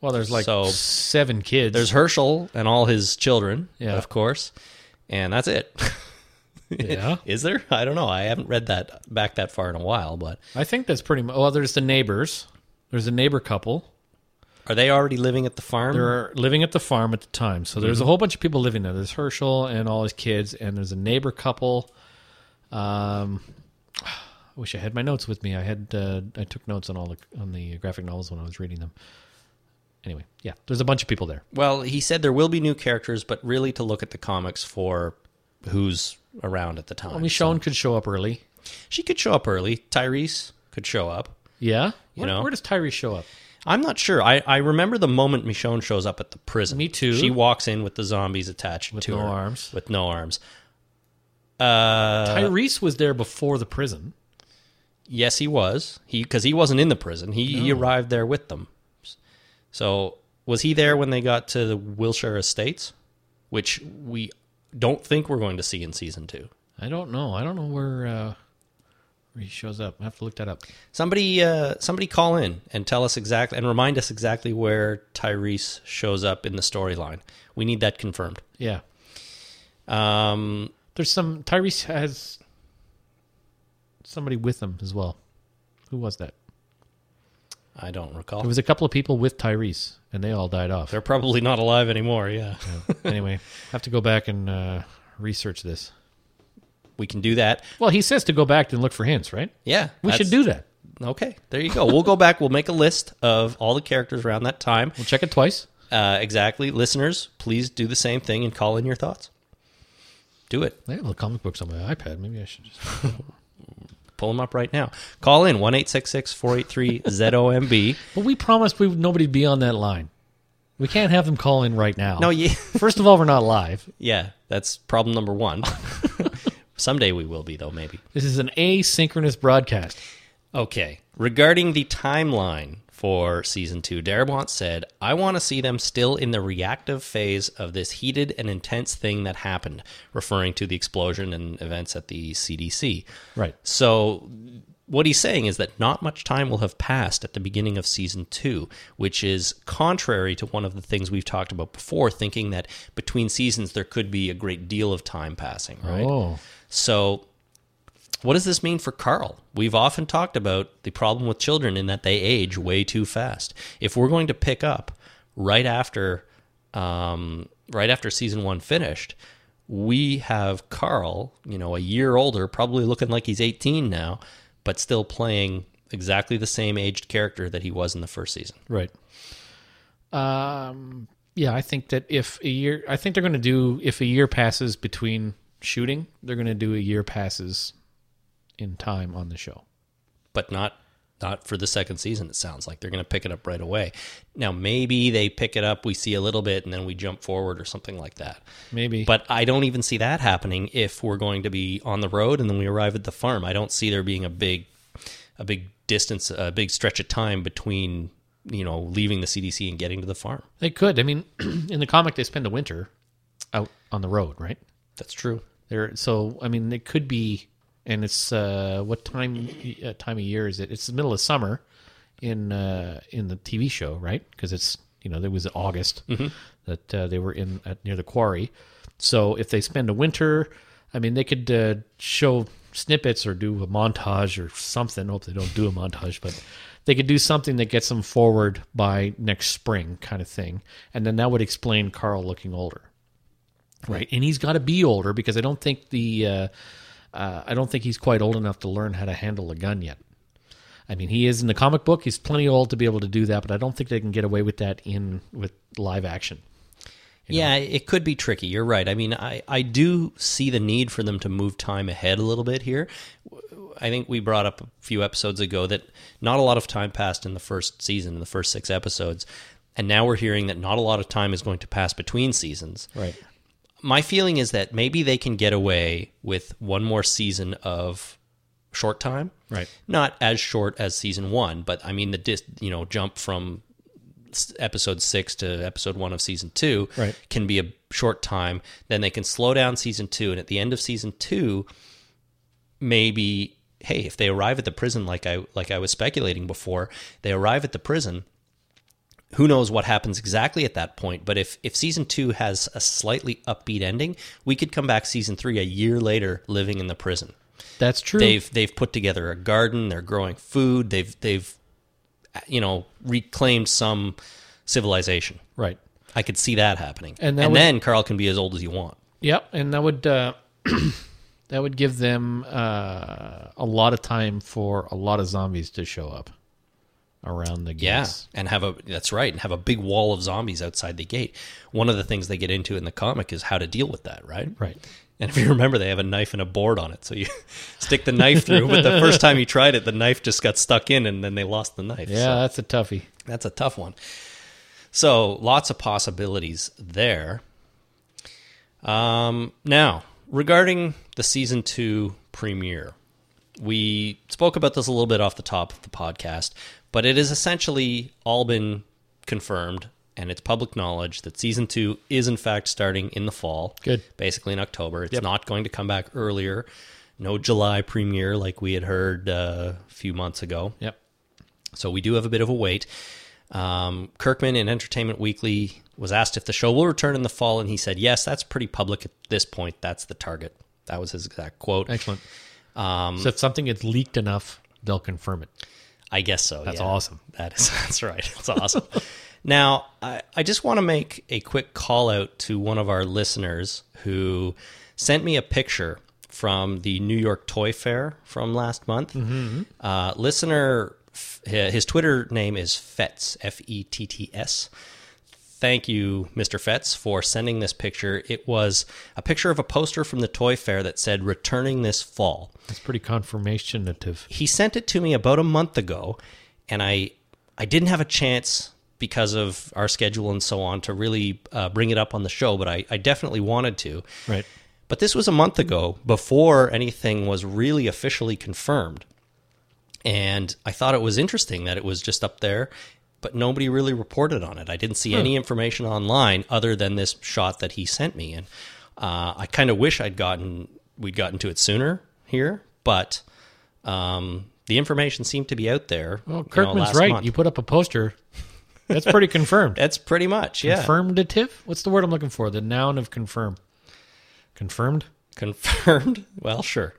B: well, there's like
A: So-
B: seven kids.
A: There's Herschel and all his children,
B: Yeah.
A: of course, and that's it.
B: yeah.
A: Is there? I don't know. I haven't read that back that far in a while, but
B: I think that's pretty much. Well, there's the neighbors. There's a neighbor couple.
A: are they already living at the farm?
B: They're living at the farm at the time. So there's a
A: Mm-hmm.
B: whole bunch of people living there. There's Herschel and all his kids, and there's a neighbor couple. Um, I wish I had my notes with me. I had uh, I took notes on all the on the graphic novels when I was reading them. Anyway, yeah, there's a bunch of people there.
A: Well, he said there will be new characters, but really to look at the comics for who's around at the time.
B: Well, Michonne could show up early.
A: She could show up early. Tyrese could show up.
B: Yeah,
A: You
B: where,
A: know?
B: where does Tyrese show up?
A: I'm not sure. I, I remember the moment Michonne shows up at the prison.
B: Me too.
A: She walks in with the zombies attached to
B: no
A: her.
B: arms.
A: With no arms. Uh,
B: Tyrese was there before the prison.
A: yes, he was. He because he wasn't in the prison. He he arrived there with them. So was he there when they got to the Wilshire Estates, which we don't think we're going to see in season two.
B: I don't know. I don't know where uh, where he shows up. I have to look that up.
A: Somebody, uh, somebody, call in and tell us exactly and remind us exactly where Tyrese shows up in the storyline. We need that confirmed.
B: Yeah,
A: Um,
B: There's some Tyrese has somebody with him as well. Who was that?
A: I don't
B: There
A: recall.
B: was a couple of people with Tyrese, and they all died off.
A: They're probably not alive anymore. Yeah,
B: anyway, have to go back and uh, research this.
A: we can do that.
B: Well, he says to go back and look for hints, right?
A: Yeah,
B: We should do that.
A: Okay, there you go. We'll go back. We'll make a list of all the characters around that time.
B: We'll check it twice.
A: Uh, exactly, listeners. Please do the same thing and call in your thoughts. Do it.
B: I have the comic books on my iPad. Maybe I should just.
A: Pull them up right now. Call in one eight six six four eight three ZOMB.
B: But we promised we would nobody'd be on that line. We can't have them call in right now.
A: No, yeah.
B: First of all, we're not live.
A: Yeah, that's problem number one. Someday we will be, though, maybe.
B: This is an asynchronous broadcast.
A: Okay. Regarding the timeline for season two, Darabont said, I want to see them still in the reactive phase of this heated and intense thing that happened, referring to the explosion and events at the CDC.
B: Right.
A: So, what he's saying is that not much time will have passed at the beginning of season two, which is contrary to one of the things we've talked about before, thinking that between seasons there could be a great deal of time passing, right?
B: Oh.
A: So, what does this mean for Carl? We've often talked about the problem with children in that they age way too fast. If we're going to pick up right after, um, right after season one finished, we have Carl, you know, a year older, probably looking like he's 18 now, but still playing exactly the same aged character that he was in the first season.
B: Right. Um, yeah, I think that if a year, I think they're going to do, if a year passes between shooting, they're going to do a year passes in time on the show.
A: but not not for the second season it sounds like they're going to pick it up right away now maybe they pick it up we see a little bit and then we jump forward or something like that
B: Maybe.
A: but i don't even see that happening if we're going to be on the road and then we arrive at the farm i don't see there being a big a big distance a big stretch of time between you know leaving the cdc and getting to the farm
B: they could. I mean, in the comic, they spend the winter out on the road, right?
A: that's true
B: There, so I mean, it could be, and it's uh, what time uh, time of year is it? It's the middle of summer in uh, in the TV show, right? Because it's you know, it was August that uh, they were in at, near the quarry. So if they spend a winter, I mean, they could uh, show snippets or do a montage or something. Hope they don't do a montage, but they could do something that gets them forward by next spring, kind of thing. And then that would explain Carl looking older right and he's got to be older because i don't think the uh, uh, i don't think he's quite old enough to learn how to handle a gun yet i mean he is in the comic book he's plenty old to be able to do that but i don't think they can get away with that in with live action
A: yeah, it could be tricky. You're right. I mean, I, I do see the need for them to move time ahead a little bit here. W- I think we brought up a few episodes ago that not a lot of time passed in the first season, in the first six episodes. And now we're hearing that not a lot of time is going to pass between seasons.
B: right
A: My feeling is that maybe they can get away with one more season of short time
B: right
A: not as short as season one, but I mean the dis, you know jump from s- episode six to episode one of season two
B: Right.
A: can be a short time. Then they can slow down season two, and at the end of season two, maybe hey, if they arrive at the prison like I like I was speculating before, they arrive at the prison. Who knows what happens exactly at that point? But if if season two has a slightly upbeat ending, we could come back season three a year later, living in the prison
B: that's true
A: they've they've put together a garden they're growing food they've they've you know reclaimed some civilization
B: right
A: i could see that happening
B: And
A: and,
B: that would-
A: then carl can be as old as you want
B: Yep, and that would uh, that would give them uh, a lot of time for a lot of zombies to show up around the
A: yeah
B: gates.
A: and have a that's right and have a big wall of zombies outside the gate one of the things they get into in the comic is how to deal with that right
B: Right.
A: and if you remember they have a knife and a board on it so you stick the knife through but the first time you tried it the knife just got stuck in and then they lost the knife
B: Yeah,
A: So-
B: that's a toughie.
A: That's a tough one. So lots of possibilities there. Um, now, regarding the season two premiere, we spoke about this a little bit off the top of the podcast, but it has essentially all been confirmed and it's public knowledge that season two is in fact starting in the fall.
B: Good.
A: Basically in October. It's not going to come back earlier. No July premiere like we had heard uh, a few months ago.
B: Yep.
A: So we do have a bit of a wait. Um, Kirkman in Entertainment Weekly was asked if the show will return in the fall, and he said, Yes, that's pretty public at this point. That's the target. That was his exact quote.
B: Excellent. Um, so if something gets leaked enough, they'll confirm it.
A: I guess so.
B: That's
A: yeah.
B: awesome.
A: That is that's right. It's awesome. now, I, I just want to make a quick call out to one of our listeners who sent me a picture from the New York Toy Fair from last month. Uh, listener, f- his Twitter name is Fetz F E T T S. Thank you, Mr. Fetz, for sending this picture. It was a picture of a poster from the toy fair that said "Returning this fall."
B: That's pretty confirmationative.
A: he sent it to me about a month ago and i i didn't have a chance because of our schedule and so on to really uh, bring it up on the show but I, I definitely wanted to
B: Right.
A: but this was a month ago before anything was really officially confirmed and i thought it was interesting that it was just up there but nobody really reported on it i didn't
B: Hmm.
A: see any information online other than this shot that he sent me and uh, i kind of wish i'd gotten we'd gotten to it sooner here but um, the information seemed to be out there
B: Well,
A: you know,
B: Kirkman's
A: last
B: right.
A: month.
B: You put up a poster. That's pretty confirmed.
A: that's pretty much yeah
B: Confirmative? What's the word I'm looking for? The noun of confirm. Confirmed?
A: confirmed well sure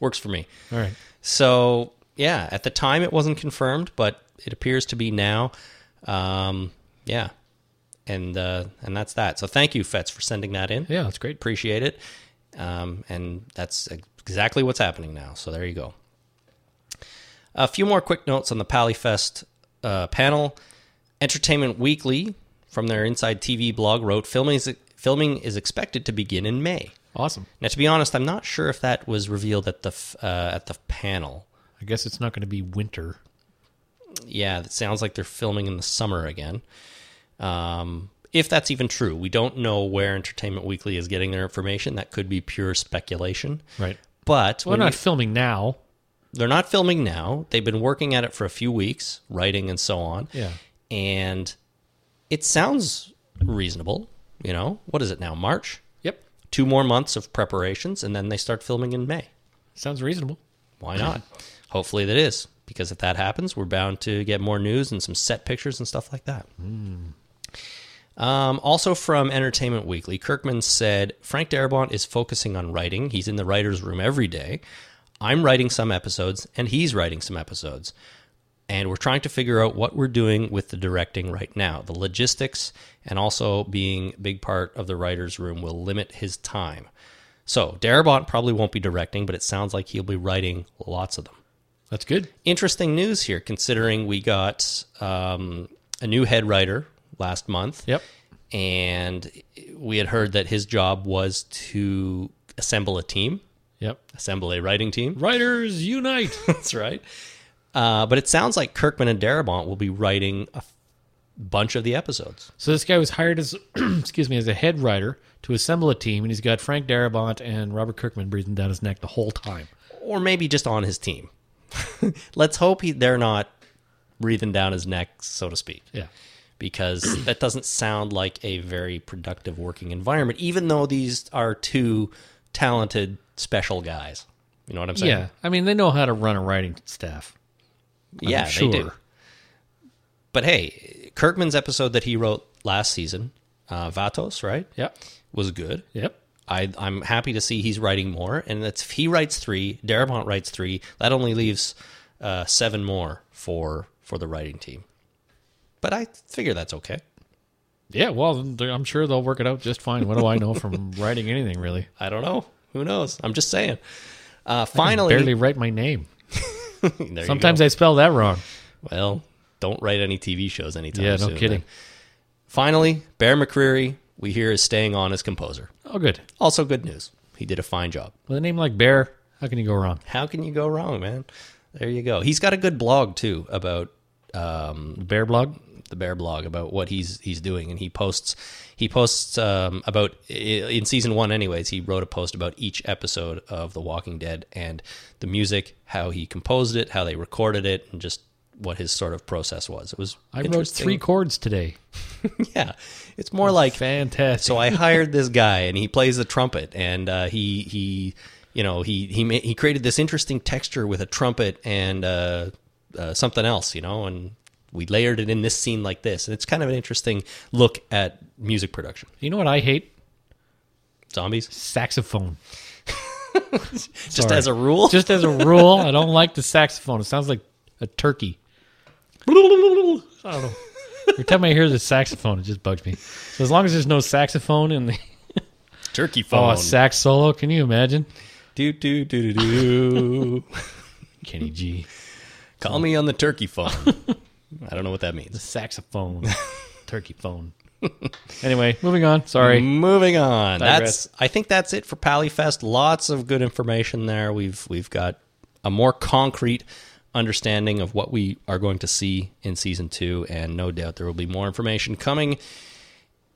A: works for me
B: All right.
A: So yeah, at the time it wasn't confirmed, but it appears to be now. Um, yeah, and uh, and that's that. So thank you, Fetz, for sending that in.
B: Yeah, that's great.
A: Appreciate it. Um, and that's ex- exactly what's happening now. So there you go. A few more quick notes on the PallyFest uh, panel. Entertainment Weekly, from their Inside TV blog, wrote filming is, filming is expected to begin in May.
B: Awesome.
A: Now, to be honest, I'm not sure if that was revealed at the f- uh, at the panel.
B: I guess it's not going to be winter.
A: Yeah, it sounds like they're filming in the summer again. Um, if that's even true, we don't know where Entertainment Weekly is getting their information. That could be pure speculation.
B: Right.
A: But
B: Well,
A: when
B: they're
A: you-
B: not filming now.
A: they're not filming now. They've been working at it for a few weeks, writing and so on.
B: Yeah.
A: And it sounds reasonable. You know, what is it now? March?
B: Yep.
A: Two more months of preparations, and then they start filming in May.
B: Sounds reasonable.
A: Why not? Hopefully, that is. because if that happens, we're bound to get more news and some set pictures and stuff like that. Um, also from Entertainment Weekly, Kirkman said Frank Darabont is focusing on writing. He's in the writer's room every day. I'm writing some episodes, and he's writing some episodes. And we're trying to figure out what we're doing with the directing right now. The logistics and also being a big part of the writer's room will limit his time. So Darabont probably won't be directing, but it sounds like he'll be writing lots of them
B: That's good.
A: interesting news here, considering we got um, a new head writer last month.
B: Yep.
A: And we had heard that his job was to assemble a team,
B: Yep.
A: assemble a writing team.
B: Writers unite.
A: That's right. Uh, but it sounds like Kirkman and Darabont will be writing a f- bunch of the episodes.
B: so this guy was hired as excuse me as a head writer to assemble a team, and he's got Frank Darabont and Robert Kirkman breathing down his neck the whole time.
A: or maybe just on his team. Let's hope he, they're not breathing down his neck, so to speak.
B: Yeah.
A: Because that doesn't sound like a very productive working environment, even though these are two talented, special guys. You know what I'm saying?
B: Yeah. I mean, they know how to run a writing staff.
A: yeah,
B: sure.
A: they do. But hey, Kirkman's episode that he wrote last season, uh, Vatos, right,
B: Yep.
A: was good.
B: Yep.
A: I, I'm happy to see he's writing more, and that's if he writes three, Darabont writes three. That only leaves uh, seven more for for the writing team. But I figure that's okay.
B: Yeah. Well, then they're- I'm sure they'll work it out just fine. What do I know from writing anything really?
A: I don't know. Who knows? I'm just saying. Uh,
B: I
A: finally,
B: barely write my name.
A: There you go.
B: Sometimes I spell that wrong.
A: well, don't write any TV shows anytime
B: Yeah, no
A: soon.
B: kidding.
A: then. Finally, Bear McCreary, we hear is staying on as composer.
B: Oh, good.
A: Also, good news. He did a fine job.
B: With a name like Bear, how can you go wrong?
A: How can you go wrong, man? There you go. He's got a good blog too about um,
B: Bear blog.
A: the bear blog about what he's he's doing and he posts he posts um, about i- in season one anyways he wrote a post about each episode of the walking dead and the music how he composed it how they recorded it and just what his sort of process was it was
B: I wrote
A: interesting.
B: three chords today.
A: yeah it's more like
B: Fantastic.
A: so I hired this guy, and he plays the trumpet, and uh, he he you know he he ma- he created this interesting texture with a trumpet and uh, uh, something else, you know, and we layered it in this scene like this, and it's kind of an interesting look at music production.
B: you know what I hate?
A: Zombies,
B: Saxophone.
A: just
B: Sorry.
A: as a rule,
B: Just as a rule, I don't like the saxophone. It sounds like a turkey. I don't know. Every time I hear the saxophone, it just bugs me. So as long as there's no saxophone in the
A: turkey
B: oh,
A: phone.
B: a sax solo, can you imagine?
A: do do do do do.
B: Kenny G,
A: Call me on the turkey phone. I don't know what that means.
B: saxophone, turkey phone. Anyway, moving on. Sorry.
A: Moving on.
B: Digress.
A: That's I think that's it for PallyFest. Lots of good information there. We've we've got a more concrete understanding of what we are going to see in season two, and no doubt there will be more information coming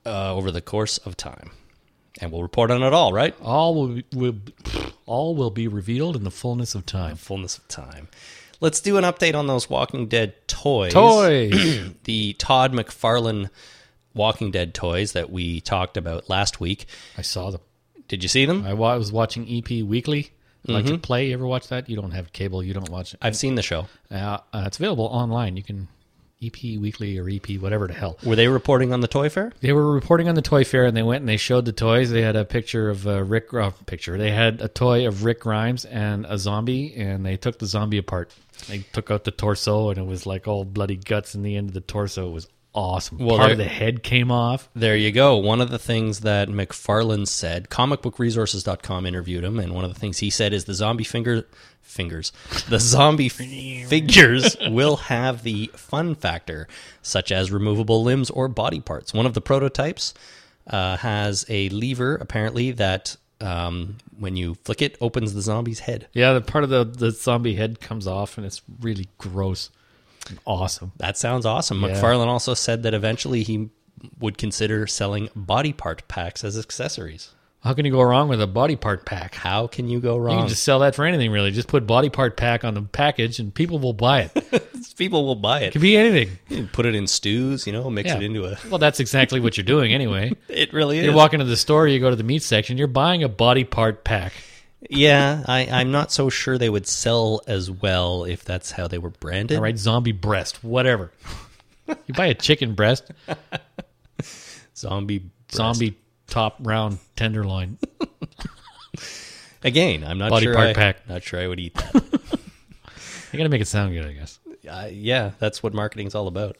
A: uh, over the course of time. And we'll report on it all, right?
B: All will, be, will all will be revealed in the fullness of time.
A: Fullness of time. Let's do an update on those Walking Dead toys.
B: Toys.
A: the Todd McFarlane Walking Dead toys that we talked about last week.
B: I saw them.
A: Did you see them?
B: I wa- I was watching EP Weekly. I like to play. You ever watch that? You don't have cable. You don't watch it.
A: I've seen the show.
B: Uh, uh, it's available online. You can EP Weekly or EP whatever the hell.
A: Were they reporting on the toy fair?
B: They were reporting on the toy fair, and they went and they showed the toys. They had a picture of uh, Rick. Uh, picture. They had a toy of Rick Grimes and a zombie, and they took the zombie apart. They took out the torso, and it was like all bloody guts in the end of the torso. It was awesome.
A: Well,
B: Part of
A: they're-
B: the head came off.
A: There you go. One of the things that McFarlane said, comicbookresources.com interviewed him, and one of the things he said is the zombie finger fingers, the zombie f- figures will have the fun factor, such as removable limbs or body parts. One of the prototypes uh, has a lever apparently that um, when you flick it opens the zombie's head.
B: Yeah, the part of the the zombie head comes off, and it's really gross. And awesome.
A: That sounds awesome. McFarlane also said that eventually he would consider selling body part packs as accessories.
B: How can you go wrong with a body part pack?
A: How can you go
B: You
A: wrong?
B: can just sell that for anything, really. Just put body part pack on the package, and people will buy it. It
A: People will buy it.
B: could be anything.
A: Put it in stews, you know, mix it into a.
B: Well, that's exactly what you're doing anyway.
A: It really is.
B: You're walking to the store, you go to the meat section, you're buying a body part pack.
A: yeah, I, I'm not so sure they would sell as well if that's how they were branded.
B: All right, zombie breast, whatever. you buy a chicken breast,
A: Zombie. breast.
B: zombie top round tenderloin.
A: Again, I'm not
B: Body
A: sure.
B: part
A: I,
B: pack.
A: Not sure I would eat that.
B: You gotta make it sound good, I guess.
A: uh, yeah, that's what marketing's all about.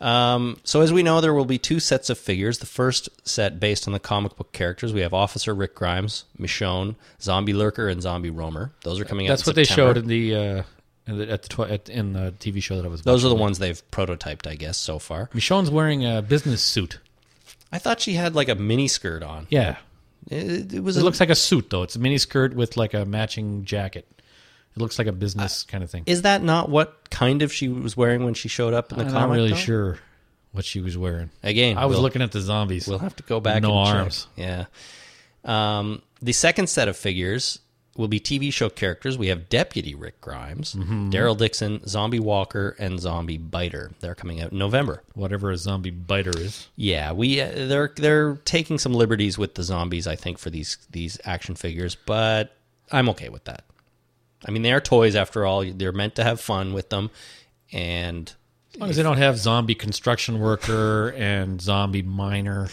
A: Um, so as we know, there will be two sets of figures. The first set based on the comic book characters. We have Officer Rick Grimes, Michonne, Zombie Lurker, and Zombie Roamer. Those are coming out.
B: That's
A: in
B: what they
A: September.
B: showed in the uh, in the, at the twi- at, in the TV show that I was.
A: Those are the ones they've prototyped, I guess, so far.
B: Michonne's wearing a business suit.
A: I thought she had like a mini skirt on.
B: Yeah,
A: It, it was
B: it
A: a-
B: looks like a suit though. It's a mini skirt with like a matching jacket. It looks like a business kind of thing.
A: Is that not what kind of she was wearing when she showed up in the
B: I'm
A: comic?
B: not really
A: though?
B: sure what she was wearing.
A: Again,
B: I was
A: we'll-
B: looking at the zombies.
A: We'll have to go back.
B: No
A: and check.
B: arms.
A: Yeah. Um, the second set of figures will be TV show characters. We have Deputy Rick Grimes,
B: Mm-hmm.
A: Daryl Dixon, Zombie Walker, and Zombie Biter. They're coming out in November.
B: Whatever a zombie biter is.
A: Yeah, we uh, they're they're taking some liberties with the zombies, I think, for these these action figures, but I'm okay with that. I mean, they are toys after all. They're meant to have fun with them, and
B: As long as they don't have zombie construction worker and zombie miner,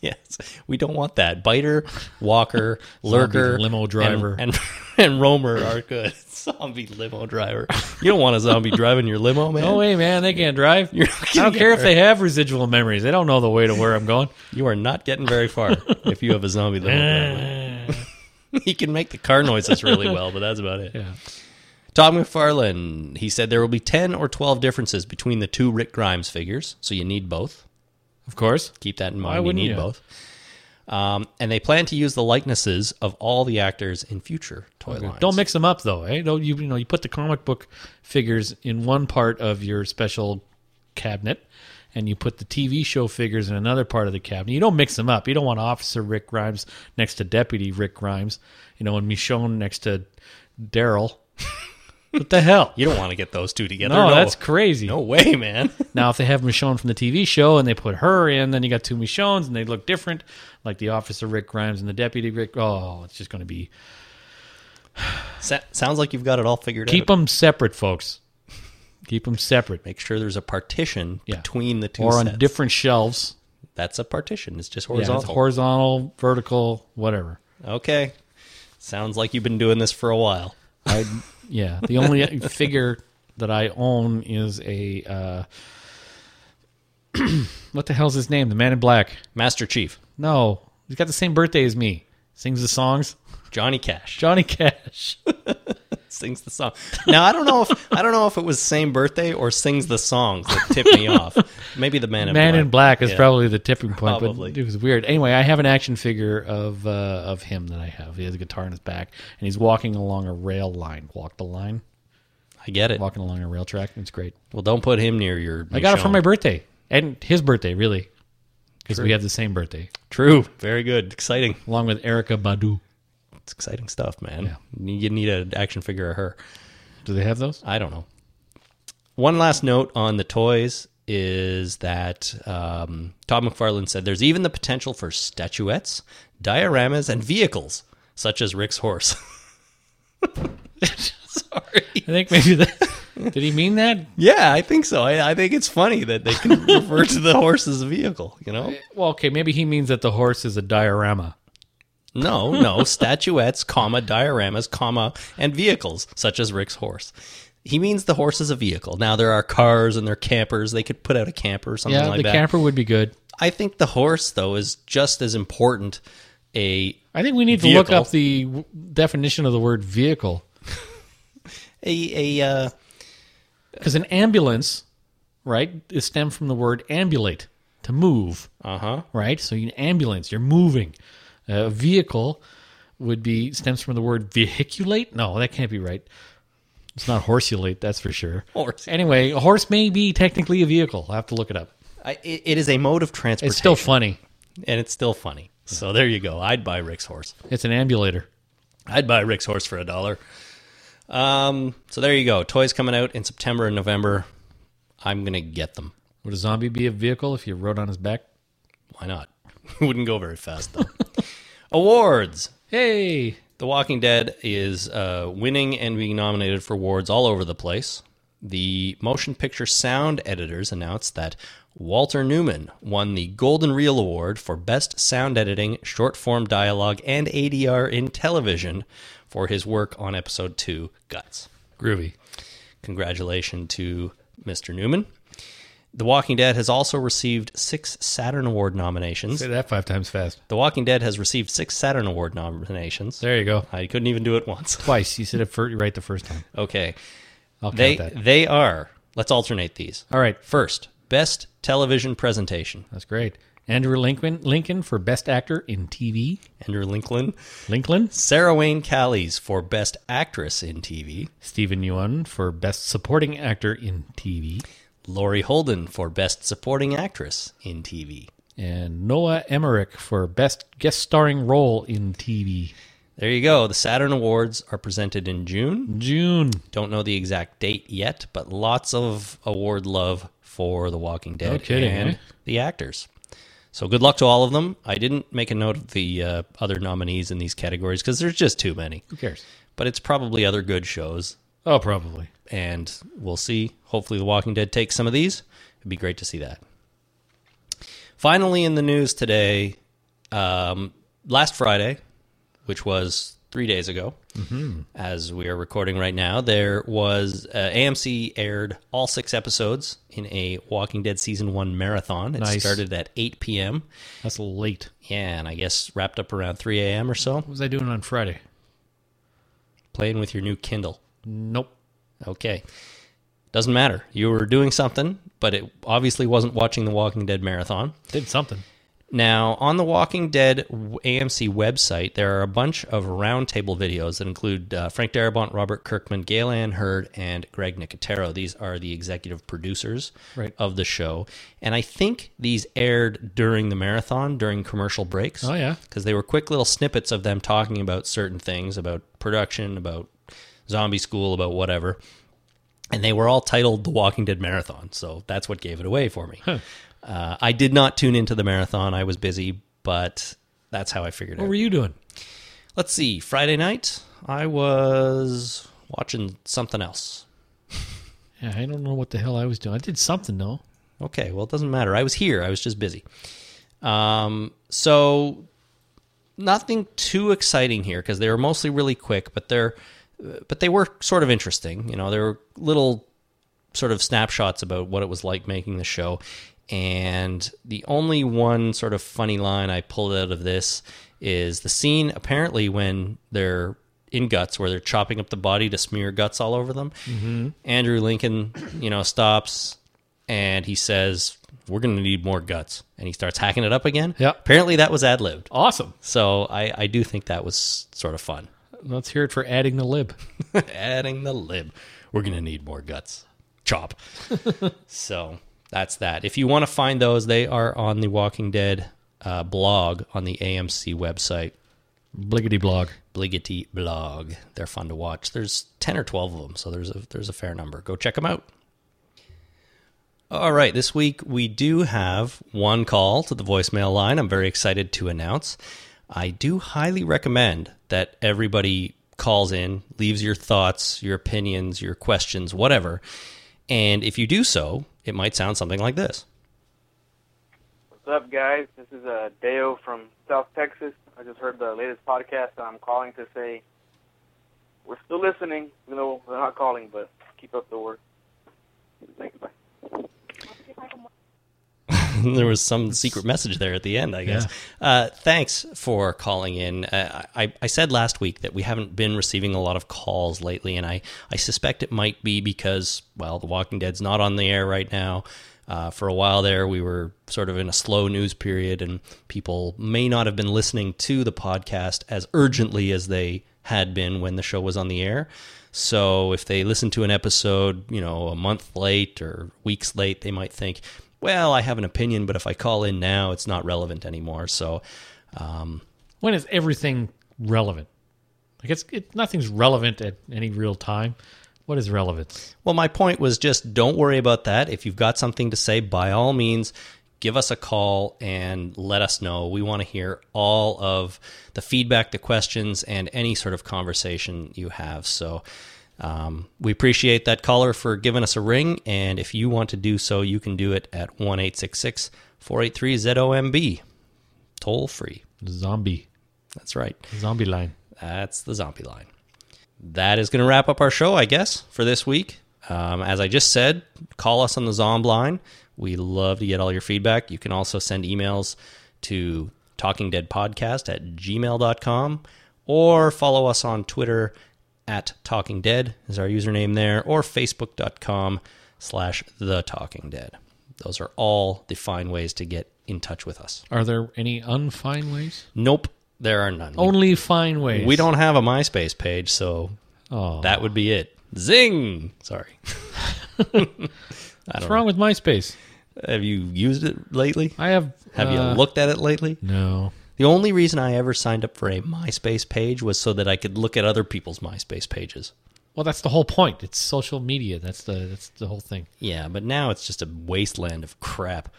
A: yes, we don't want that. Biter, Walker, Lurker,
B: limo
A: and-
B: driver.
A: and and, Roamer are good. Zombie limo driver. You don't want a zombie driving your limo, man.
B: No way, man. They can't drive.
A: not
B: I don't
A: gonna
B: care
A: get
B: if they have residual memories. They don't know the way to where I'm going.
A: You are not getting very far if you have a zombie limo driver. he can make the car noises really well, but that's about it.
B: Yeah.
A: Todd McFarlane, he said there will be 10 or 12 differences between the two Rick Grimes figures, so you need both.
B: Of course.
A: Keep that in
B: Why
A: mind. You
B: wouldn't
A: need
B: you?
A: both. Um, and they plan to use the likenesses of all the actors in future toy lines.
B: Don't mix them up though. Eh? Don't you you know you put the comic book figures in one part of your special cabinet, and you put the TV show figures in another part of the cabinet. You don't mix them up. You don't want Officer Rick Grimes next to Deputy Rick Grimes, you know, and Michonne next to Daryl. what the hell?
A: You don't want to get those two together.
B: No, that's crazy.
A: no way, man.
B: Now, if they have Michonne from the TV show and they put her in, then you got two Michonnes and they look different, like the Officer Rick Grimes and the Deputy Rick. Oh, it's just going to be
A: Sa- sounds like you've got it all figured
B: keep
A: out.
B: them separate, folks. Keep them separate,
A: Make sure there's a partition
B: Yeah.
A: between the two
B: or
A: sets.
B: on different shelves.
A: that's a partition. It's just
B: Yeah, it's
A: horizontal.
B: horizontal, vertical, whatever.
A: okay. Sounds like you've been doing this for a while.
B: I yeah. The only figure that I own is a uh, what the hell's his name? The Man in Black.
A: Master Chief,
B: No, he's got the same birthday as me. Sings the songs.
A: Johnny Cash
B: Johnny Cash.
A: sings the song. Now I don't know if I don't know if it was same birthday or sings the songs that tipped me off. Maybe the Man in
B: Man
A: Black.
B: in Black is
A: Yeah.
B: probably the tipping point,
A: Probably.
B: but it was weird. Anyway, I have an action figure of uh, of him that I have. He has a guitar in his back, and he's walking along a rail line. Walk the line,
A: I get it.
B: walking along a rail track. It's great.
A: Well, don't put him near your.
B: I got it for my birthday and his birthday, really, because we have the same birthday,
A: True. Very good. Exciting.
B: along with Erica Badu.
A: It's exciting stuff, man. You need an action figure of her.
B: Do they have those?
A: I don't know. One last note on the toys is that um, Todd McFarlane said there's even the potential for statuettes, dioramas, and vehicles, such as Rick's horse. Sorry.
B: I think maybe that. did he mean that?
A: Yeah, I think so. I, I think it's funny that they can refer to the horse as a vehicle, you know?
B: Well, okay, maybe he means that the horse is a diorama.
A: No, no, statuettes, comma, dioramas, comma, and vehicles, such as Rick's horse. He means the horse is a vehicle. Now there are cars and there are campers. They could put out a camper or something
B: Yeah,
A: like
B: the
A: that.
B: camper would be good.
A: I think the horse though is just as important a
B: I think we need to
A: Vehicle.
B: look up the w- definition of the word vehicle.
A: a a uh,
B: Because an ambulance, right, is stemmed from the word ambulate, to move,
A: uh-huh.
B: right? So an ambulance, you're moving. A vehicle would be stems from the word vehiculate. No, that can't be right. It's not horseulate, that's for sure.
A: Horse.
B: Anyway, a horse may be technically a vehicle. I'll have to look it up.
A: I, it, it is a mode of transportation
B: It's still funny.
A: and it's still funny. So there you go. I'd buy Rick's horse.
B: It's an ambulator.
A: I'd buy Rick's horse for a dollar. Um so there you go. Toys coming out in September and November. I'm going to get them.
B: Would a zombie be a vehicle if you rode on his back?
A: Why not? Wouldn't go very fast though. Awards.
B: Hey,
A: The Walking Dead is uh, winning and being nominated for awards all over the place. The motion picture sound editors announced that Walter Newman won the Golden Reel Award for Best Sound Editing, Short Form Dialogue, and ADR in Television for his work on Episode 2 Guts.
B: Groovy.
A: Congratulations to Mr. Newman. The Walking Dead has also received six Saturn Award nominations.
B: Say that five times fast.
A: The Walking Dead has received six Saturn Award nominations.
B: There you go.
A: I couldn't even do it once.
B: Twice. You said it fir- right the first time.
A: Okay.
B: I'll count
A: They
B: that.
A: they are. Let's alternate these.
B: All right.
A: First, best television presentation.
B: That's great. Andrew Lincoln, Lincoln for Best Actor in TV.
A: Andrew Lincoln,
B: Lincoln.
A: Sarah Wayne Callies for best actress in TV,
B: Stephen Yuan for Best Supporting Actor in TV.
A: Laurie Holden for best supporting actress in TV.
B: And Noah Emmerich for Best Guest Starring Role in TV.
A: There you go. The Saturn Awards are presented in June.
B: June.
A: Don't know the exact date yet, but lots of award love for The Walking Dead
B: kidding,
A: and
B: eh?
A: the actors. So good luck to all of them. I didn't make a note of the uh, other nominees in these categories because there's just too many.
B: Who cares?
A: But it's probably other good shows,
B: Oh, probably.
A: and we'll see. Hopefully, The Walking Dead takes some of these. It'd be great to see that. Finally, in the news today, um, last Friday, which was three days ago, as we are recording right now, there was uh, AMC aired all six episodes in a Walking Dead season one marathon. It
B: Nice.
A: started at 8 p.m.
B: That's late.
A: Yeah, and I guess wrapped up around 3 a.m. or so.
B: What was I doing on Friday?
A: Playing with your new Kindle.
B: Nope.
A: Okay. Doesn't matter. You were doing something, but it obviously wasn't watching the Walking Dead marathon.
B: Did something.
A: Now, on the Walking Dead w- AMC website, there are a bunch of roundtable videos that include uh, Frank Darabont, Robert Kirkman, Gail Ann Hurd, and Greg Nicotero. These are the executive producers
B: Right.
A: of the show. And I think these aired during the marathon, during commercial breaks
B: Oh, yeah.
A: because they were quick little snippets of them talking about certain things about production about zombie school about whatever and they were all titled the walking dead marathon so that's what gave it away for me uh, i did not tune into the marathon i was busy but that's how i figured it
B: What
A: out
B: were you doing?
A: let's see friday night i was watching something else
B: Yeah, I don't know what the hell I was doing. I did something, though.
A: Okay, well, it doesn't matter. I was here. I was just busy. Um, so nothing too exciting here because they were mostly really quick, but they're but they were sort of interesting. You know, there were little sort of snapshots about what it was like making the show. And the only one sort of funny line I pulled out of this is the scene apparently when they're in guts where they're chopping up the body to smear guts all over them. Andrew Lincoln, you know, stops and he says, "We're going to need more guts." And he starts hacking it up again.
B: Yeah.
A: Apparently that was ad libbed.
B: Awesome.
A: So I, I do think that was sort of fun.
B: Let's hear it for adding the lib.
A: Adding the lib. We're going to need more guts. Chop. so that's that. If you want to find those, they are on the Walking Dead uh, blog on the AMC website,
B: Bliggity blog.
A: Bliggity blog. They're fun to watch. There's 10 or 12 of them, so there's a, there's a fair number. Go check them out. All right, this week we do have one call to the voicemail line. I'm very excited to announce. I do highly recommend that everybody calls in, leaves your thoughts, your opinions, your questions, whatever. And if you do so, it might sound something like this.
C: What's up, guys? This is uh, Deo from South Texas. I just heard the latest podcast, and I'm calling to say we're still listening. You know, we're not calling, but keep up the work. Thanks, bye.
A: there was some secret message there at the end, I guess. Uh, thanks for calling in. Uh, I, I said last week that we haven't been receiving a lot of calls lately, and I, I suspect it might be because, well, The Walking Dead's not on the air right now. Uh, for a while there, we were sort of in a slow news period, and people may not have been listening to the podcast as urgently as they had been when the show was on the air. So if they listen to an episode, you know, a month late or weeks late, they might think, well, I have an opinion, but if I call in now, it's not relevant anymore. So,
B: When is everything relevant? Like it's it, nothing's relevant at any real time. What is relevance?
A: well, my point was just don't worry about that. If you've got something to say, by all means, give us a call and let us know. We want to hear all of the feedback, the questions, and any sort of conversation you have. So um, we appreciate that caller for giving us a ring. And if you want to do so, you can do it at 1 483 ZOMB, toll free.
B: Zombie.
A: That's right.
B: Zombie line.
A: That's the zombie line. That is going to wrap up our show, I guess, for this week. Um, as I just said, call us on the Zomb line. We love to get all your feedback. You can also send emails to talkingdeadpodcast at gmail.com or follow us on Twitter at Talking Dead is our username there or facebook.com slash the Talking Dead. Those are all the fine ways to get in touch with us.
B: Are there any unfine ways?
A: Nope, there are none. We-
B: Only fine ways.
A: we don't have a MySpace page, so
B: Oh,
A: that would be it. Zing! Sorry.
B: what's wrong with MySpace?
A: Have you used it lately?
B: I have.
A: Have
B: uh,
A: you looked at it lately?
B: No.
A: The only reason I ever signed up for a MySpace page was so that I could look at other people's MySpace pages.
B: Well, that's the whole point. It's social media. That's the that's the whole thing.
A: Yeah, but now it's just a wasteland of crap.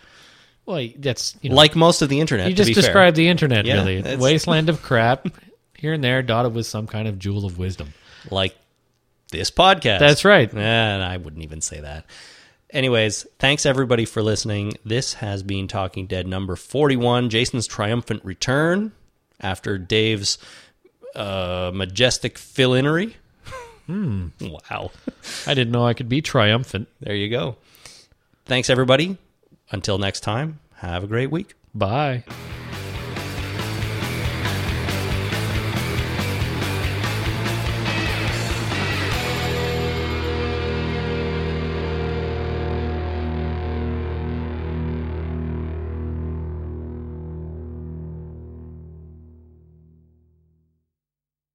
B: Well, that's you know,
A: Like most of the internet,
B: you
A: to
B: just
A: be
B: described the internet.
A: Yeah,
B: really,
A: it's-
B: wasteland of crap. Here and there, dotted with some kind of jewel of wisdom.
A: fair. Like this podcast.
B: That's right.
A: And I wouldn't even say that. Anyways, thanks everybody for listening. This has been Talking Dead number 41, Jason's triumphant return after Dave's uh, majestic fill-inery. Wow.
B: I didn't know I could be triumphant.
A: There you go. Thanks everybody. Until next time, have a great week.
B: Bye.